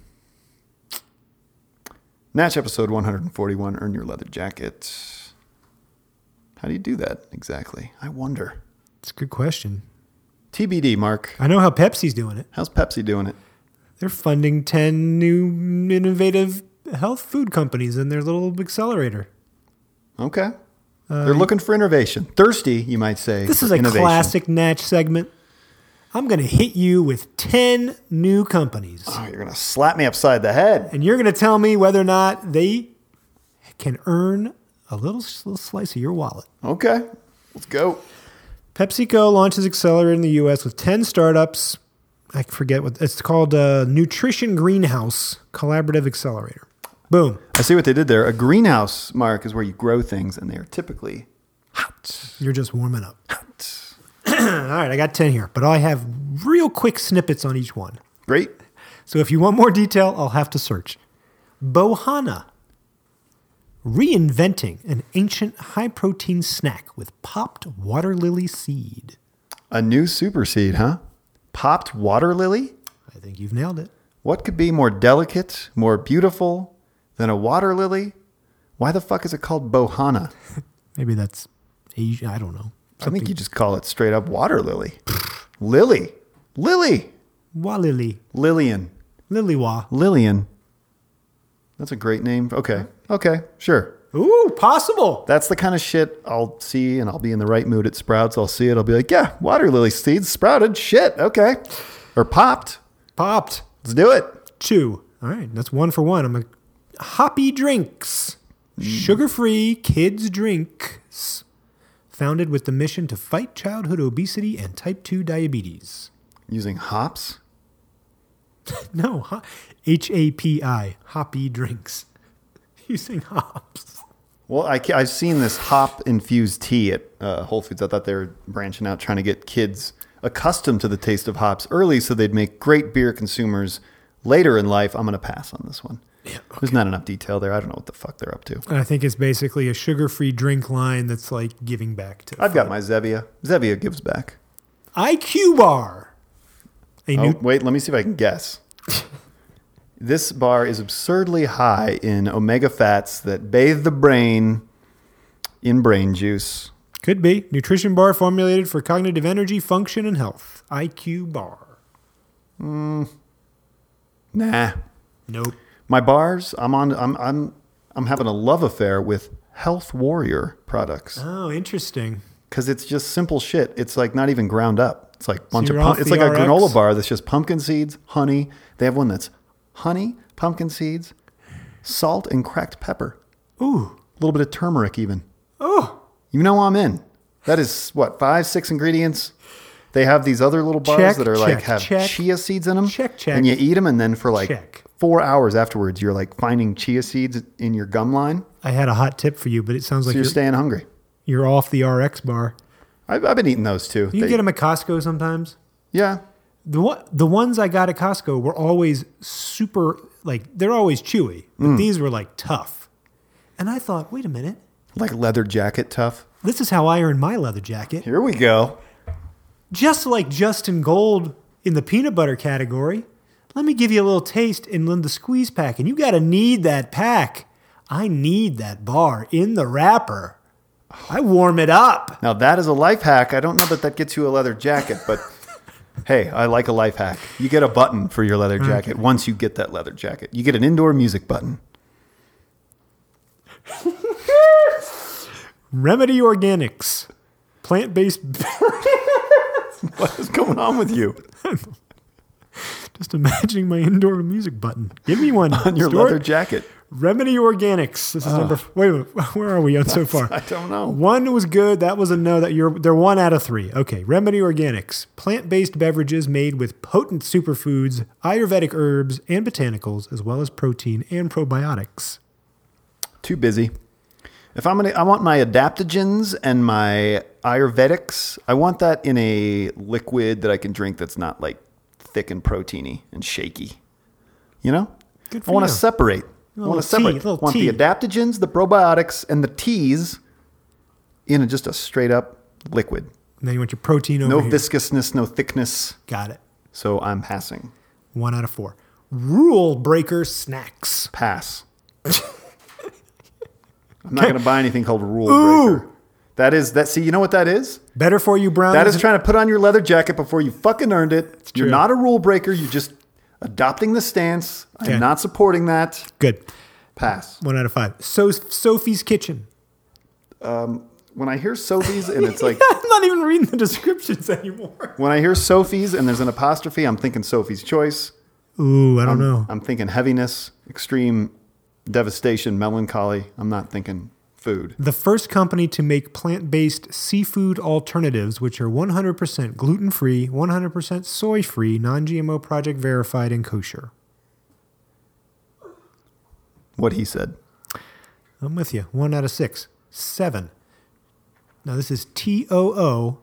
Natch episode 141 Earn Your Leather Jacket. How do you do that exactly? I wonder. It's a good question. TBD, Mark. I know how Pepsi's doing it. How's Pepsi doing it? They're funding 10 new innovative health food companies in their little accelerator. Okay. They're looking for innovation. Thirsty, you might say. Uh, This for is a innovation. classic Natch segment. I'm going to hit you with 10 new companies. Oh, you're going to slap me upside the head. And you're going to tell me whether or not they can earn a little, little slice of your wallet. Okay. Let's go. PepsiCo launches Accelerator in the U.S. with 10 startups. I forget what it's called uh, Nutrition Greenhouse Collaborative Accelerator. Boom. I see what they did there. A greenhouse, Mark, is where you grow things, and they are typically hot. You're just warming up. [clears throat] Hot. All right, I got 10 here, but I have real quick snippets on each one. Great. So if you want more detail, I'll have to search. Bohana. Reinventing an ancient high protein snack with popped water lily seed. A new super seed, huh? Popped water lily? I think you've nailed it. What could be more delicate, more beautiful than a water lily? Why the fuck is it called bohana? Maybe that's Asia. I don't know. I think you just call it straight up water lily. lily. Lily. Wa lily. Lillian. Lily wa. Lillian. That's a great name. Okay. Okay. Sure. Ooh, possible. That's the kind of shit I'll see and I'll be in the right mood at Sprouts. I'll see it. I'll be like, yeah, water lily seeds sprouted. Shit. Okay. Or popped. Popped. Let's do it. Two. All right, that's one for one. I'm a Hoppy Drinks, sugar-free kids drinks, founded with the mission to fight childhood obesity and type two diabetes. Using hops. No, H A P I, Hoppy Drinks, [laughs] using hops. Well, I, have seen this hop infused tea at uh, Whole Foods. I thought they were branching out, trying to get kids accustomed to the taste of hops early so they'd make great beer consumers later in life. I'm going to pass on this one. There's not enough detail there. I don't know what the fuck they're up to. And I think it's basically a sugar-free drink line that's like giving back to I've got my Zevia. Zevia gives back. IQ Bar, a Oh, new wait, let me see if I can guess. this bar is absurdly high in omega fats that bathe the brain in brain juice. Could be. Nutrition bar formulated for cognitive energy, function, and health. IQ bar. Nah. Nope. my bars i'm on i'm i'm i'm having a love affair with health warrior products Oh, interesting. because it's just simple shit it's like not even ground up it's like bunch of you're pump, off it's the E like a RX? granola bar that's just pumpkin seeds honey they have one that's honey pumpkin seeds salt and cracked pepper Ooh. a little bit of turmeric even oh you know i'm in that is what five six ingredients they have these other little bars Check, that are like check, have check. chia seeds in them Check, check. and you eat them and then for like Check. four hours afterwards you're like finding chia seeds in your gum line I had a hot tip for you, but it sounds like so you're you're, staying hungry. you're off the RX bar. I've, I've been eating those too. You They- can get them at Costco sometimes. yeah. The one, the ones I got at Costco were always super like they're always chewy, but Mm. these were like tough. And I thought, wait a minute, Like leather jacket tough. this is how I earn my leather jacket. Here we go. just like Justin Gold in the peanut butter category, let me give you a little taste in the squeeze pack. And you got to need that pack. I need that bar in the wrapper. I warm it up. Now that is a life hack. I don't know that that gets you a leather jacket, [laughs] but hey, I like a life hack. You get a button for your leather jacket once you get that leather jacket. You get an indoor music button. Remedy Organics, plant based. What is going on with you [laughs] Just imagining my indoor music button. Give me [laughs] one. on your Store leather it. jacket? Remedy Organics. This is number. Wait [laughs] a minute. Where are we on so far? I don't know. One was good. That was a no. That you're they're one out of three. Okay. Remedy Organics, plant-based beverages made with potent superfoods, Ayurvedic herbs, and botanicals, as well as protein and probiotics. Too busy. If I'm gonna, I want my adaptogens and my Ayurvedics. I want that in a liquid that I can drink that's not like thick and proteiny and shaky. You know, Good for I want to you. separate. I little want to tea, separate. little want tea. the adaptogens, the probiotics, and the teas in a, just a straight up liquid. And then you want your protein over No here. viscousness, no thickness. Got it. So I'm passing. One out of four. Rule breaker snacks. Pass. [laughs] I'm not going to buy anything called Rule Breaker. That is that. See, you know what that is? Better for you, Brown. That is trying to put on your leather jacket before you fucking earned it. You're true. not a rule breaker. You're just adopting the stance. Okay. I'm not supporting that. good. Pass. One out of five. So Sophie's Kitchen. When I hear Sophie's and it's like [laughs] [laughs] I'm not even reading the descriptions anymore. when I hear Sophie's and there's an apostrophe, I'm thinking Sophie's Choice. Ooh, I don't know. I'm thinking heaviness, extreme devastation, melancholy. I'm not thinking food. the first company to make plant-based seafood alternatives, which are 100% gluten-free, 100% soy-free, non-GMO, project verified, and kosher. What he said. I'm with you. One out of six. Seven. Now this is T O O,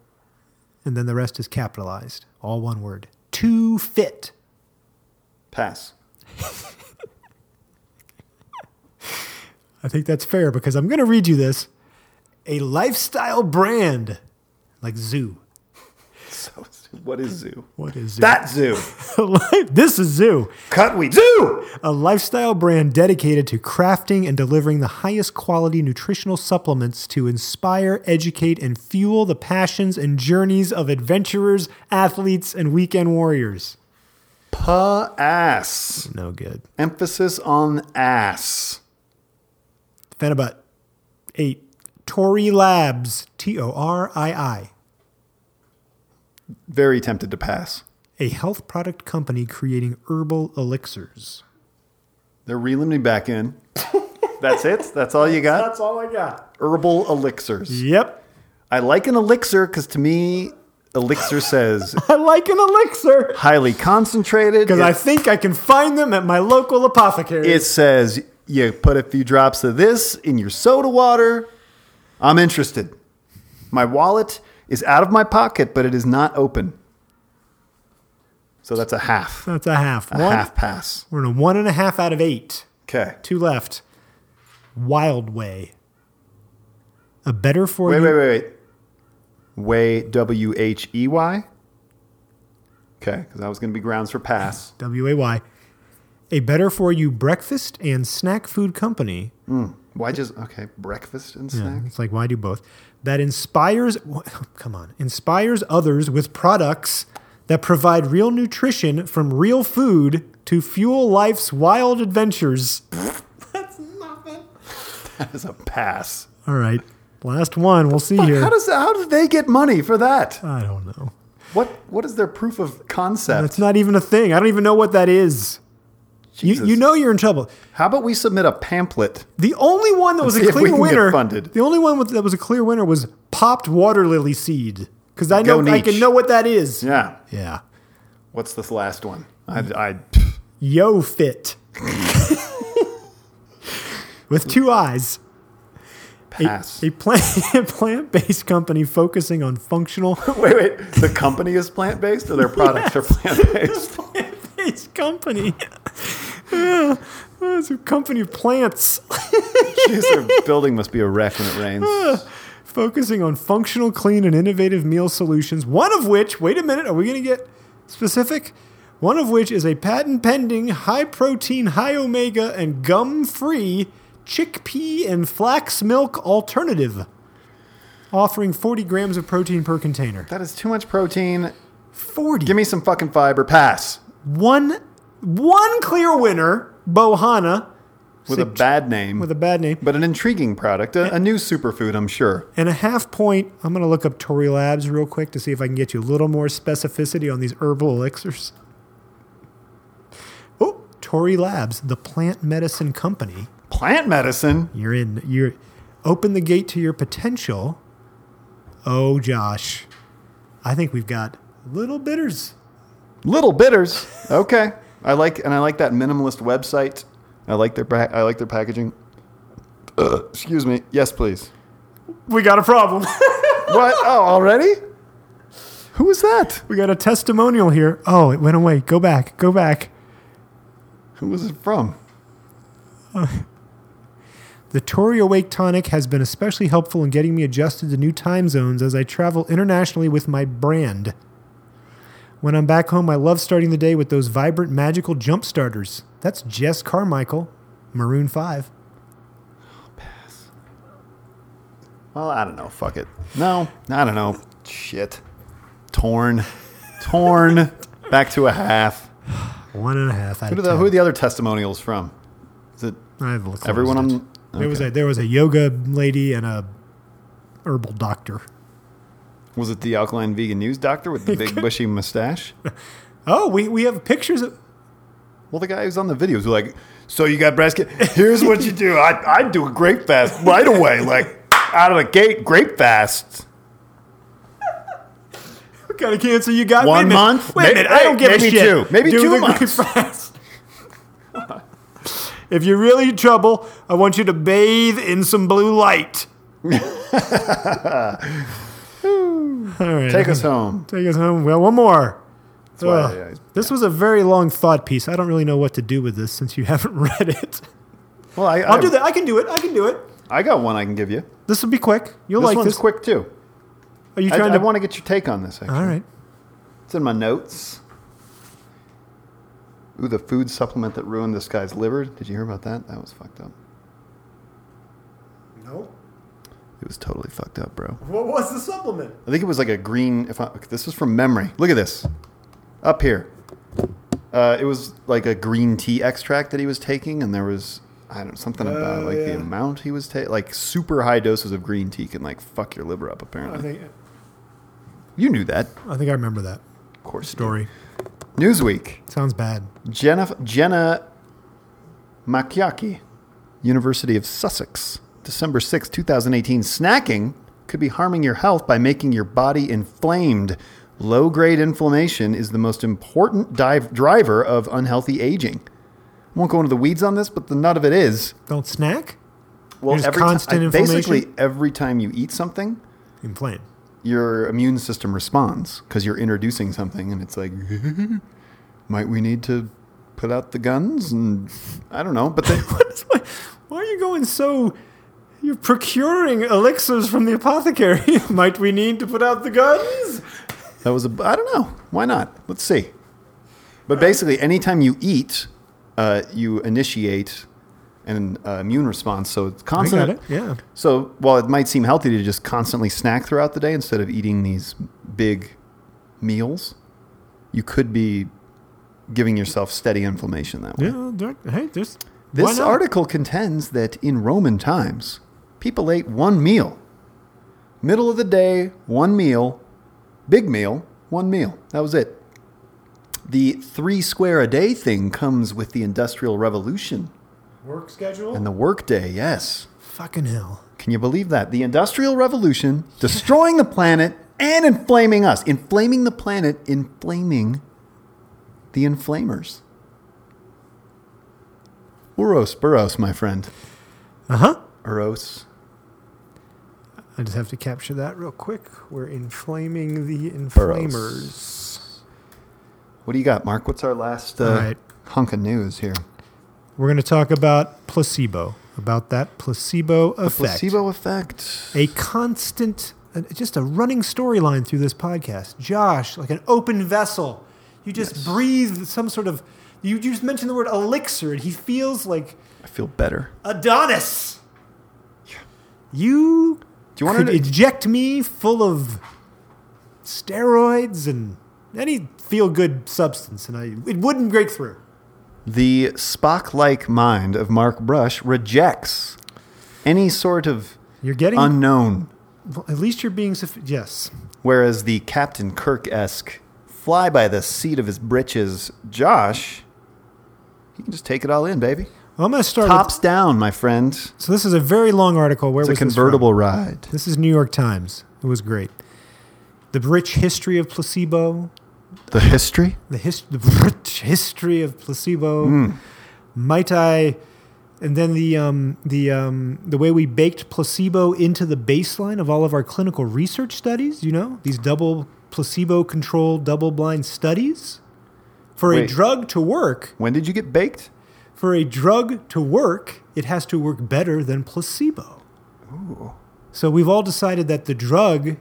and then the rest is capitalized. All one word. Too fit. Pass. [laughs] I think that's fair because I'm going to read you this. A lifestyle brand like Zoo. So, what is zoo? What is Zoo? That zoo. [laughs] this is Zoo. Cut we zoo. A lifestyle brand dedicated to crafting and delivering the highest quality nutritional supplements to inspire, educate, and fuel the passions and journeys of adventurers, athletes, and weekend warriors. Pass. No good. Emphasis on ass. Fenabutt. Eight. Tory Labs. T O R I I. Very tempted to pass. A health product company creating herbal elixirs. They're reeling me back in. That's it. That's all you got. all I got. Herbal elixirs. Yep. I like an elixir because to me, elixir says I like an elixir highly concentrated. because it, I think I can find them at my local apothecary. it says you put a few drops of this in your soda water. I'm interested. My wallet is out of my pocket, but it is not open. So that's a half. That's a half. A one. half pass. We're in a one and a half out of eight. Okay. Two left. Wild Way. A better for Wait, you. wait, wait, wait. Way W H E Y. Okay, because that was going to be grounds for pass. W A Y. A better for you breakfast and snack food company Why just okay breakfast and Yeah, snack? [laughs] It's like why do both? That inspires [laughs] wha- come on, inspires others with products that provide real nutrition from real food to fuel life's wild adventures. That is a pass. All right. Last one. We'll see here. How does how do they get money for that? I don't know. What what is their proof of That's concept? not even a thing. I don't even know what that is. You, Jesus. you know you're in trouble. How about we submit a pamphlet? The only one that was see a if we clear can get winner. funded. The only one with, that was a clear winner was popped water lily seed because I Go know I can niche. know what that is. Yeah. yeah. What's this last one? I I Yo Fit. [laughs] With two eyes, pass. a plant [laughs] plant based company focusing on functional [laughs] Wait, wait. The company is plant based, or their products are plant based. plant based company. [laughs] Yeah. It's a company of [laughs] plants Jeez, their building must be a wreck when it [laughs] rains. focusing on functional, clean, and innovative meal solutions. One of which, wait a minute, are we going to get specific? One of which is a patent pending, high protein, high omega, and gum free chickpea and flax milk alternative, offering 40 grams of protein per container. That is too much protein. 40. Give me some fucking fiber. Pass. one, one clear winner, Bohana, With a bad name, with a bad name. but an intriguing product, a, a new superfood, I'm sure. And a half point, I'm going to look up Tory Labs real quick to see if I can get you a little more specificity on these herbal elixirs. Oh, Tory Labs, the plant medicine company. Plant medicine. You're in. You're open the gate to your potential. Oh, Josh, I think we've got little bitters. Little bitters. Okay. I like and I like that minimalist website. I like their pa- I like their packaging. Excuse me. Yes, please. We got a problem. [laughs] What? Oh, already? Who was that? we got a testimonial here. Oh, it went away. Go back. Go back. Who was it from? The Tory Awake Tonic has been especially helpful in getting me adjusted to new time zones as I travel internationally with my brand. When I'm back home, I love starting the day with those vibrant, magical jump starters. That's Jess Carmichael, Maroon 5. Well, I don't know. Fuck it. No, I don't know. Shit. Torn. [laughs] Torn. Back to a half. One and a half out Who, of do the, ten. who are the other testimonials from? Is it I've looked everyone closed on? it. There was okay. a there was a yoga lady and a herbal doctor. Was it the alkaline vegan news doctor [laughs] with the big bushy mustache? Oh, we, we have pictures of Well, the guy who's on the videos was like, "So you got breast [laughs] ca- Here's what you do. I I do a grape fast right away, like out of the gate, grape fast. what kind of cancer you got? One Wait a minute. month? Wait a May- minute. I hey, don't give a maybe shit. two. Maybe Do two the months. Greek fast. [laughs] if you're really in trouble, I want you to bathe in some [laughs] blue light. All right. Take us home. Take us home. Well, one more. why Ugh. I- I- this was a very long thought piece. I don't really know what to do with this since you [laughs] haven't read it. Well, I, I'll I, do that. I can do it. I can do it. I got one I can give you. This will be quick. You'll This like one's this. quick too. Are you I, trying I to? Uh-huh. want to get your take on this. Actually. All right. It's in my notes. Ooh, the food supplement that ruined this guy's liver. Did you hear about that? That was fucked up. No. It was totally fucked up, bro. What was the supplement? I think it was like a green. If I, this is from memory, look at this, up here. Uh, it was like a green tea extract that he was taking, and there was I don't something about Oh, like the yeah. amount he was taking. Like super high doses of green tea can like fuck your liver up. I Apparently, think you knew that. Of I think I remember that course, you did. story. Newsweek. Sounds bad. Jenna, Jenna Makiaki, University of Sussex, December 6, 2018. Snacking could be harming your health by making your body inflamed. Low grade inflammation is the most important dive driver of unhealthy aging. I won't go into the weeds on this, but the nut of it is Don't snack. well, There's ti- constant I- inflammation? basically every time you eat something, Inflame. your immune system responds because you're introducing something and it's like [laughs] might we need to put out the guns and i don't know but [laughs] they, What? Why, [laughs] why are you going so? You're procuring elixirs from the apothecary. [laughs] Might we need to put out the guns? that was a i don't know why not let's see but basically anytime you eat uh, you initiate an uh, immune response so it's I constant got it. Yeah. so while it might seem healthy to just constantly snack throughout the day instead of eating these big meals you could be giving yourself steady inflammation that way Yeah. don't- Hey, there's. why This not? article contends that in Roman times, people ate one meal. Middle of the day, one meal. Big meal, one meal. That was it. The three square a day thing comes with the Industrial Revolution work schedule. and the workday, yes. Fucking hell. Can you believe that? The Industrial Revolution destroying the planet and inflaming us. Inflaming the planet, inflaming the inflamers. Uros Burros, my friend. Uh huh. Uros. I just have to capture that real quick. We're inflaming the Burrows. inflamers. What do you got, Mark? What's our last uh, All right. hunk of news here? We're going to talk about placebo, about that placebo effect. Placebo effect. a constant, uh, just a running storyline through this podcast. Josh, like an open vessel, you just breathe some sort of. You, you just mentioned the word elixir, and he feels like I feel better. Adonis. You Do you want could to? eject me full of steroids and any feel-good substance, and I it wouldn't break through. The Spock-like mind of Mark Brush rejects any sort of You're getting unknown, well, at least you're being suffi- yes. whereas the Captain Kirk-esque fly by the seat of his britches, Josh, he can just take it all in, baby. Well, I'm going to start. With, Tops down, my friend. so this is a very long article. Where It's a was this from? convertible ride. This is New York Times. It was great. The rich history of placebo, The history. [laughs] the, his- the rich history of placebo. Might I And then the um, the um, the way we baked placebo into the baseline of all of our clinical research studies, you know, these double placebo-controlled, double-blind studies, for a Wait. drug to work, When did you get baked? for a drug to work, it has to work better than placebo. So we've all decided that the drug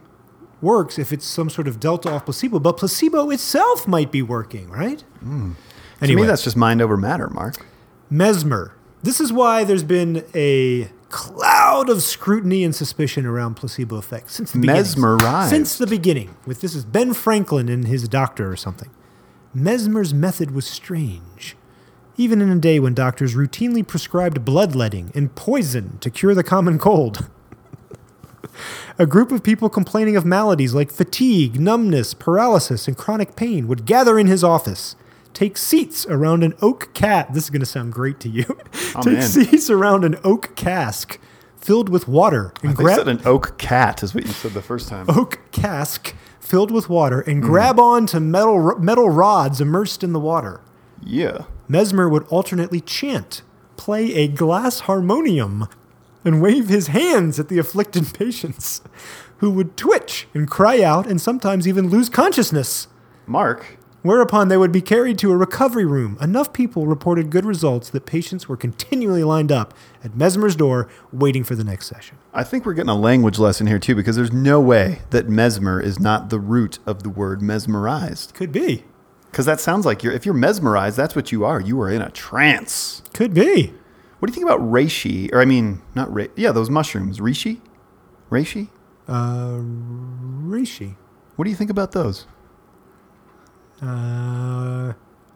works if it's some sort of delta off placebo, but placebo itself might be working, right? Hmm. To Anyway, me, that's just mind over matter, Mark. mesmer. This is why there's been a cloud of scrutiny and suspicion around placebo effects since the beginning. Mesmerized. Since the beginning. With this is Ben Franklin and his doctor or something. Mesmer's method was strange. Even in a day when doctors routinely prescribed bloodletting and poison to cure the common cold. [laughs] A group of people complaining of maladies like fatigue, numbness, paralysis, and chronic pain would gather in his office, take seats around an oak cat. This is going to sound great to you. [laughs] take in. seats around an oak cask filled with water and They grab said an oak cat is what you said the first time. oak cask filled with water and grab on to metal metal rods immersed in the water. Yeah. Mesmer would alternately chant, play a glass harmonium, and wave his hands at the afflicted [laughs] patients, who would twitch and cry out and sometimes even lose consciousness. Mark, Whereupon they would be carried to a recovery room. Enough people reported good results that patients were continually lined up at Mesmer's door waiting for the next session. I think we're getting a language lesson here too because there's no way that mesmer is not the root of the word mesmerized. Could be. Because that sounds like you're, if you're mesmerized, that's what you are. You are in a trance. Could be. What do you think about reishi? Or I mean, not reishi. Yeah, those mushrooms. Reishi? Reishi? Rishi. What do you think about those? Uh,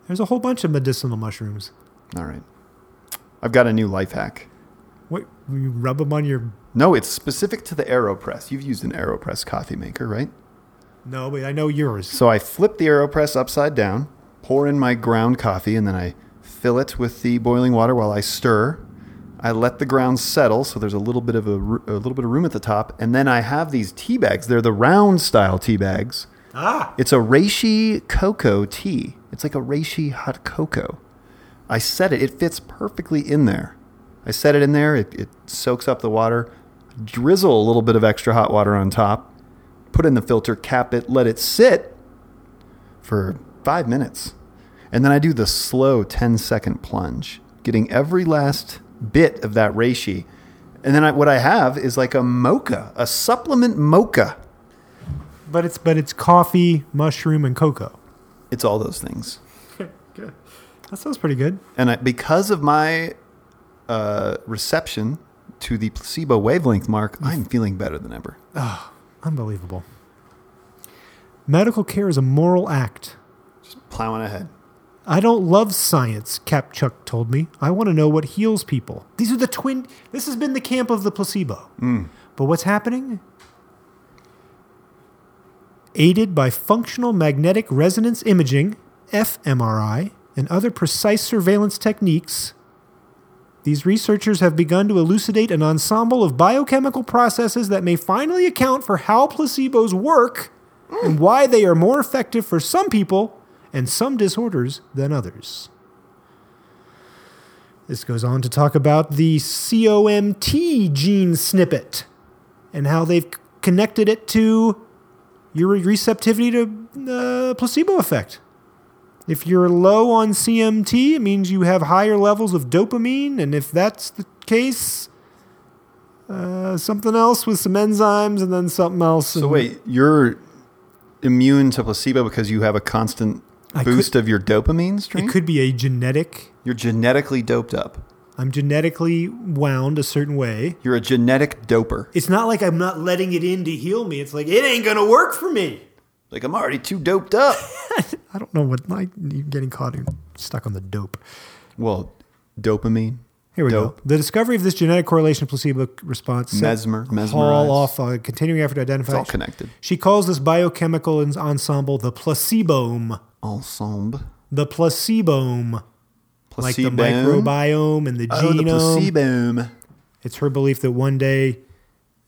there's a whole bunch of medicinal mushrooms. All right. I've got a new life hack. What you rub them on your? No, it's specific to the AeroPress. You've used an AeroPress coffee maker, right? No, but I know yours. So I flip the AeroPress upside down, pour in my ground coffee, and then I fill it with the boiling water while I stir. I let the ground settle, so there's a little bit of a, ru- a little bit of room at the top, and then I have these tea bags. They're the round style tea bags. Ah, It's a reishi cocoa tea. It's like a reishi hot cocoa. I set it. It fits perfectly in there. I set it in there. It, it soaks up the water. Drizzle a little bit of extra hot water on top. Put in the filter, cap it, let it sit for five minutes. And then I do the slow 10 second plunge, getting every last bit of that reishi. And then I, what I have is like a mocha, a supplement mocha. but it's but it's coffee, mushroom, and cocoa. It's all those things. That sounds pretty good. And I, because of my uh, reception to the placebo wavelength mark, I'm Mm. feeling better than [laughs] ever. Unbelievable. Medical care is a moral act. Just plowing ahead. I don't love science, Kapchuk told me. I want to know what heals people. These are the twin. This has been the camp of the placebo. But what's happening? Aided by functional magnetic resonance imaging, fMRI, and other precise surveillance techniques, these researchers have begun to elucidate an ensemble of biochemical processes that may finally account for how placebos work and why they are more effective for some people and some disorders than others. This goes on to talk about the COMT gene snippet and how they've c- connected it to your receptivity to uh, placebo effect. If you're low on CMT, it means you have higher levels of dopamine, and if that's the case, uh, something else with some enzymes, and then something else. So wait, you're immune to placebo because you have a constant I could- boost of your dopamine stream. it could be a genetic. you're genetically doped up. I'm genetically wound a certain way. You're a genetic doper. It's not like I'm not letting it in to heal me. It's like it ain't gonna work for me. Like I'm already too doped [laughs] up. I don't know what like you getting caught and stuck on the dope. well, dopamine. Here we Dope. go. The discovery of this genetic correlation placebo response set Mesmer- mesmerized. Hall off a continuing effort to identify. It's all connected. She calls this biochemical ens- ensemble the placebome. Ensemble. The placebome, like Placebo. the microbiome and the Oh, the genome. placebo. It's her belief that one day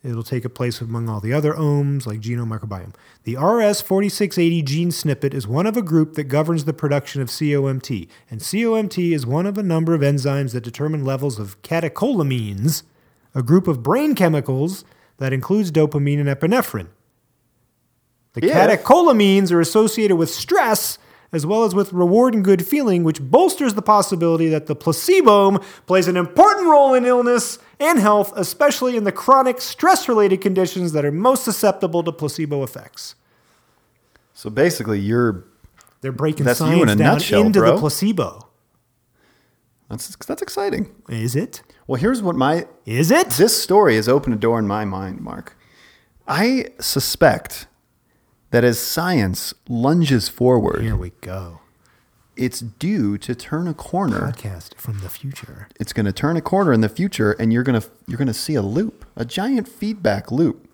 It'll take a place among all the other ohms, like genome microbiome. The RS4680 gene snippet is one of a group that governs the production of COMT, and COMT is one of a number of enzymes that determine levels of catecholamines, a group of brain chemicals that includes dopamine and epinephrine. The Yeah. catecholamines are associated with stress as well as with reward and good feeling, which bolsters the possibility that the placebo plays an important role in illness and health, especially in the chronic stress related conditions that are most susceptible to placebo effects. So basically, you're They're breaking That's you science in a down nutshell, into the bro. placebo. that's that's exciting. Is it? Well, here's what my Is it? this story has opened a door in my mind, Mark. I suspect that as science lunges forward, Here we go. it's due to turn a corner. Podcast from the future. It's going to turn a corner in the future, and you're going to you're going to see a loop, a giant feedback loop.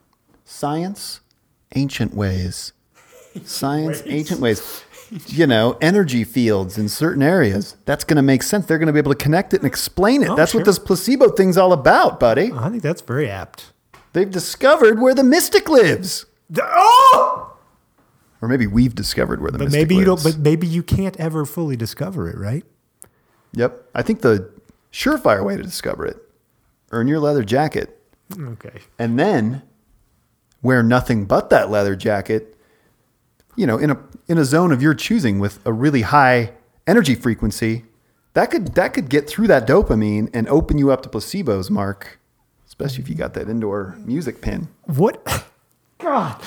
Science, ancient ways. Science, ancient ways. You know, energy fields in certain areas. That's going to make sense. They're going to be able to connect it and explain it. Oh, That's sure. what this placebo thing's all about, buddy. I think that's very apt. They've discovered where the mystic lives. The- oh! Or maybe we've discovered where the But mystic maybe you don't. lives. But maybe you can't ever fully discover it, right? yep, I think the surefire way to discover it: earn your leather jacket, Okay. and then wear nothing but that leather jacket. You know, in a in a zone of your choosing with a really high energy frequency, that could that could get through that dopamine and open you up to placebos, Mark. Especially if you got that indoor music pin. What? God.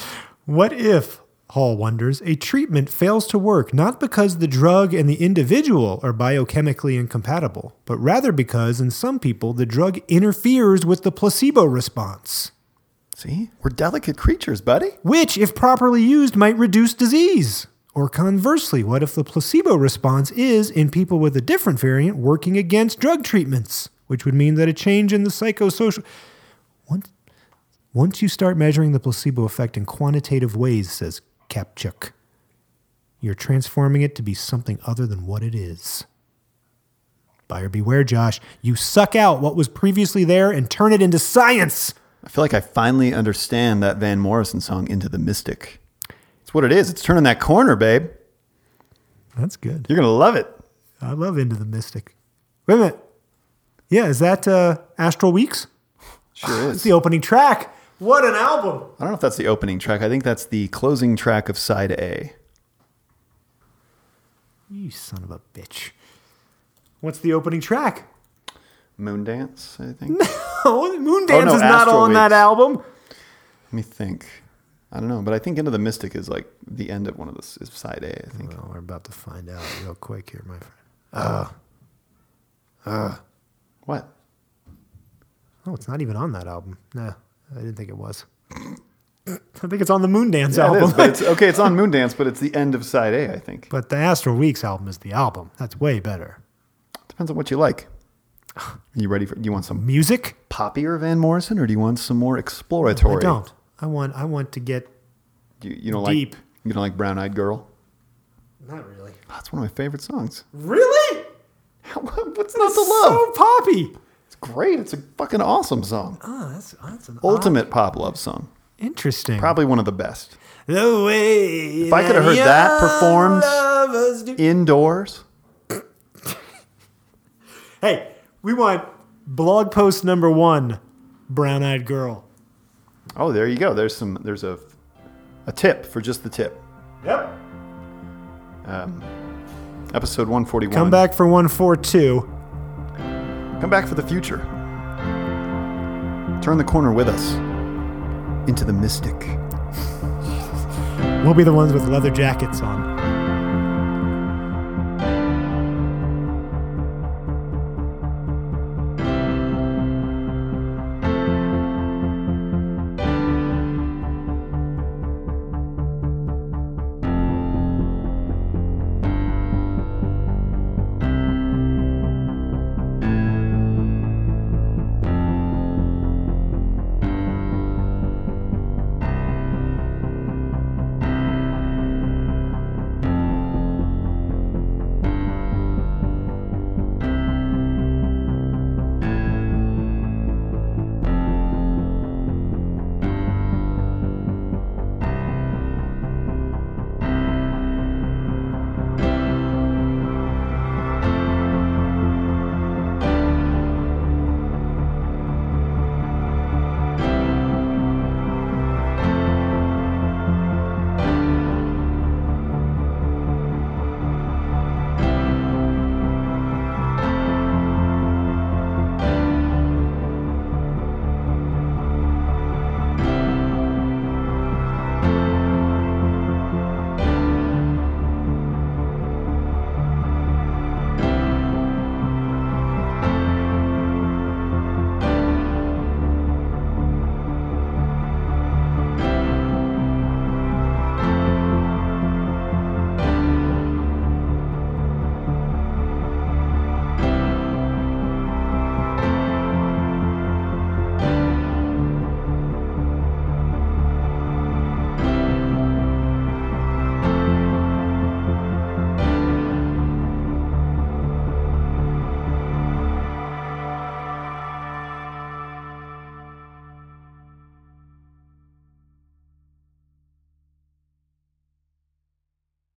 What if, Hall wonders, a treatment fails to work not because the drug and the individual are biochemically incompatible, but rather because, in some people, the drug interferes with the placebo response, See, we're delicate creatures, buddy. which, if properly used, might reduce disease? Or conversely, what if the placebo response is, in people with a different variant, working against drug treatments, which would mean that a change in the psychosocial. Once, once you start measuring the placebo effect in quantitative ways, says Kapchuk, you're transforming it to be something other than what it is. Buyer beware, Josh. You suck out what was previously there and turn it into science. I feel like I finally understand that Van Morrison song, Into the Mystic. It's what it is. It's turning that corner, babe. That's good. You're going to love it. I love Into the Mystic. Wait a minute. Yeah, is that uh, Astral Weeks? [sighs] Sure is. It's the opening track. What an album! I don't know if that's the opening track. I think that's the closing track of side A. You son of a bitch. What's the opening track? [laughs] Moondance, I think. Let Oh, Moondance Oh, no, is not Astral on that Weeks. album. me think. I don't know, but I think Into the Mystic is like the end of one of this is side A, I think. Well, we're about to find out real quick here, my friend. What? Oh, it's not even on that album. No, I didn't think it was. [laughs] I think it's on the Moondance Yeah, it album. is, but it's okay, it's on Moondance, but it's the end of side A, I think. [laughs] but the Astral Weeks album is the album. That's way better. Depends on what you [sighs] like. You ready for do you want some Music? poppier Van Morrison or do you want some more exploratory? I don't. I want. I want to get. You, you don't Deep. like you don't like Brown Eyed Girl? Not really. That's one of my favorite [laughs] songs. [laughs] Really? How- What's not to love? So poppy. It's great. It's a fucking awesome song. Oh, that's that's an Ultimate pop love song. interesting. Probably one of the best. The way If I could have heard that performed lovers do- indoors, Hey, we want blog post number one, brown eyed girl. oh, there you go. There's some. There's a a tip for just the tip. Yep. Episode 141. Come back for one four two. Come back for the future. Turn the corner with us into the mystic. We'll be the ones with leather jackets on.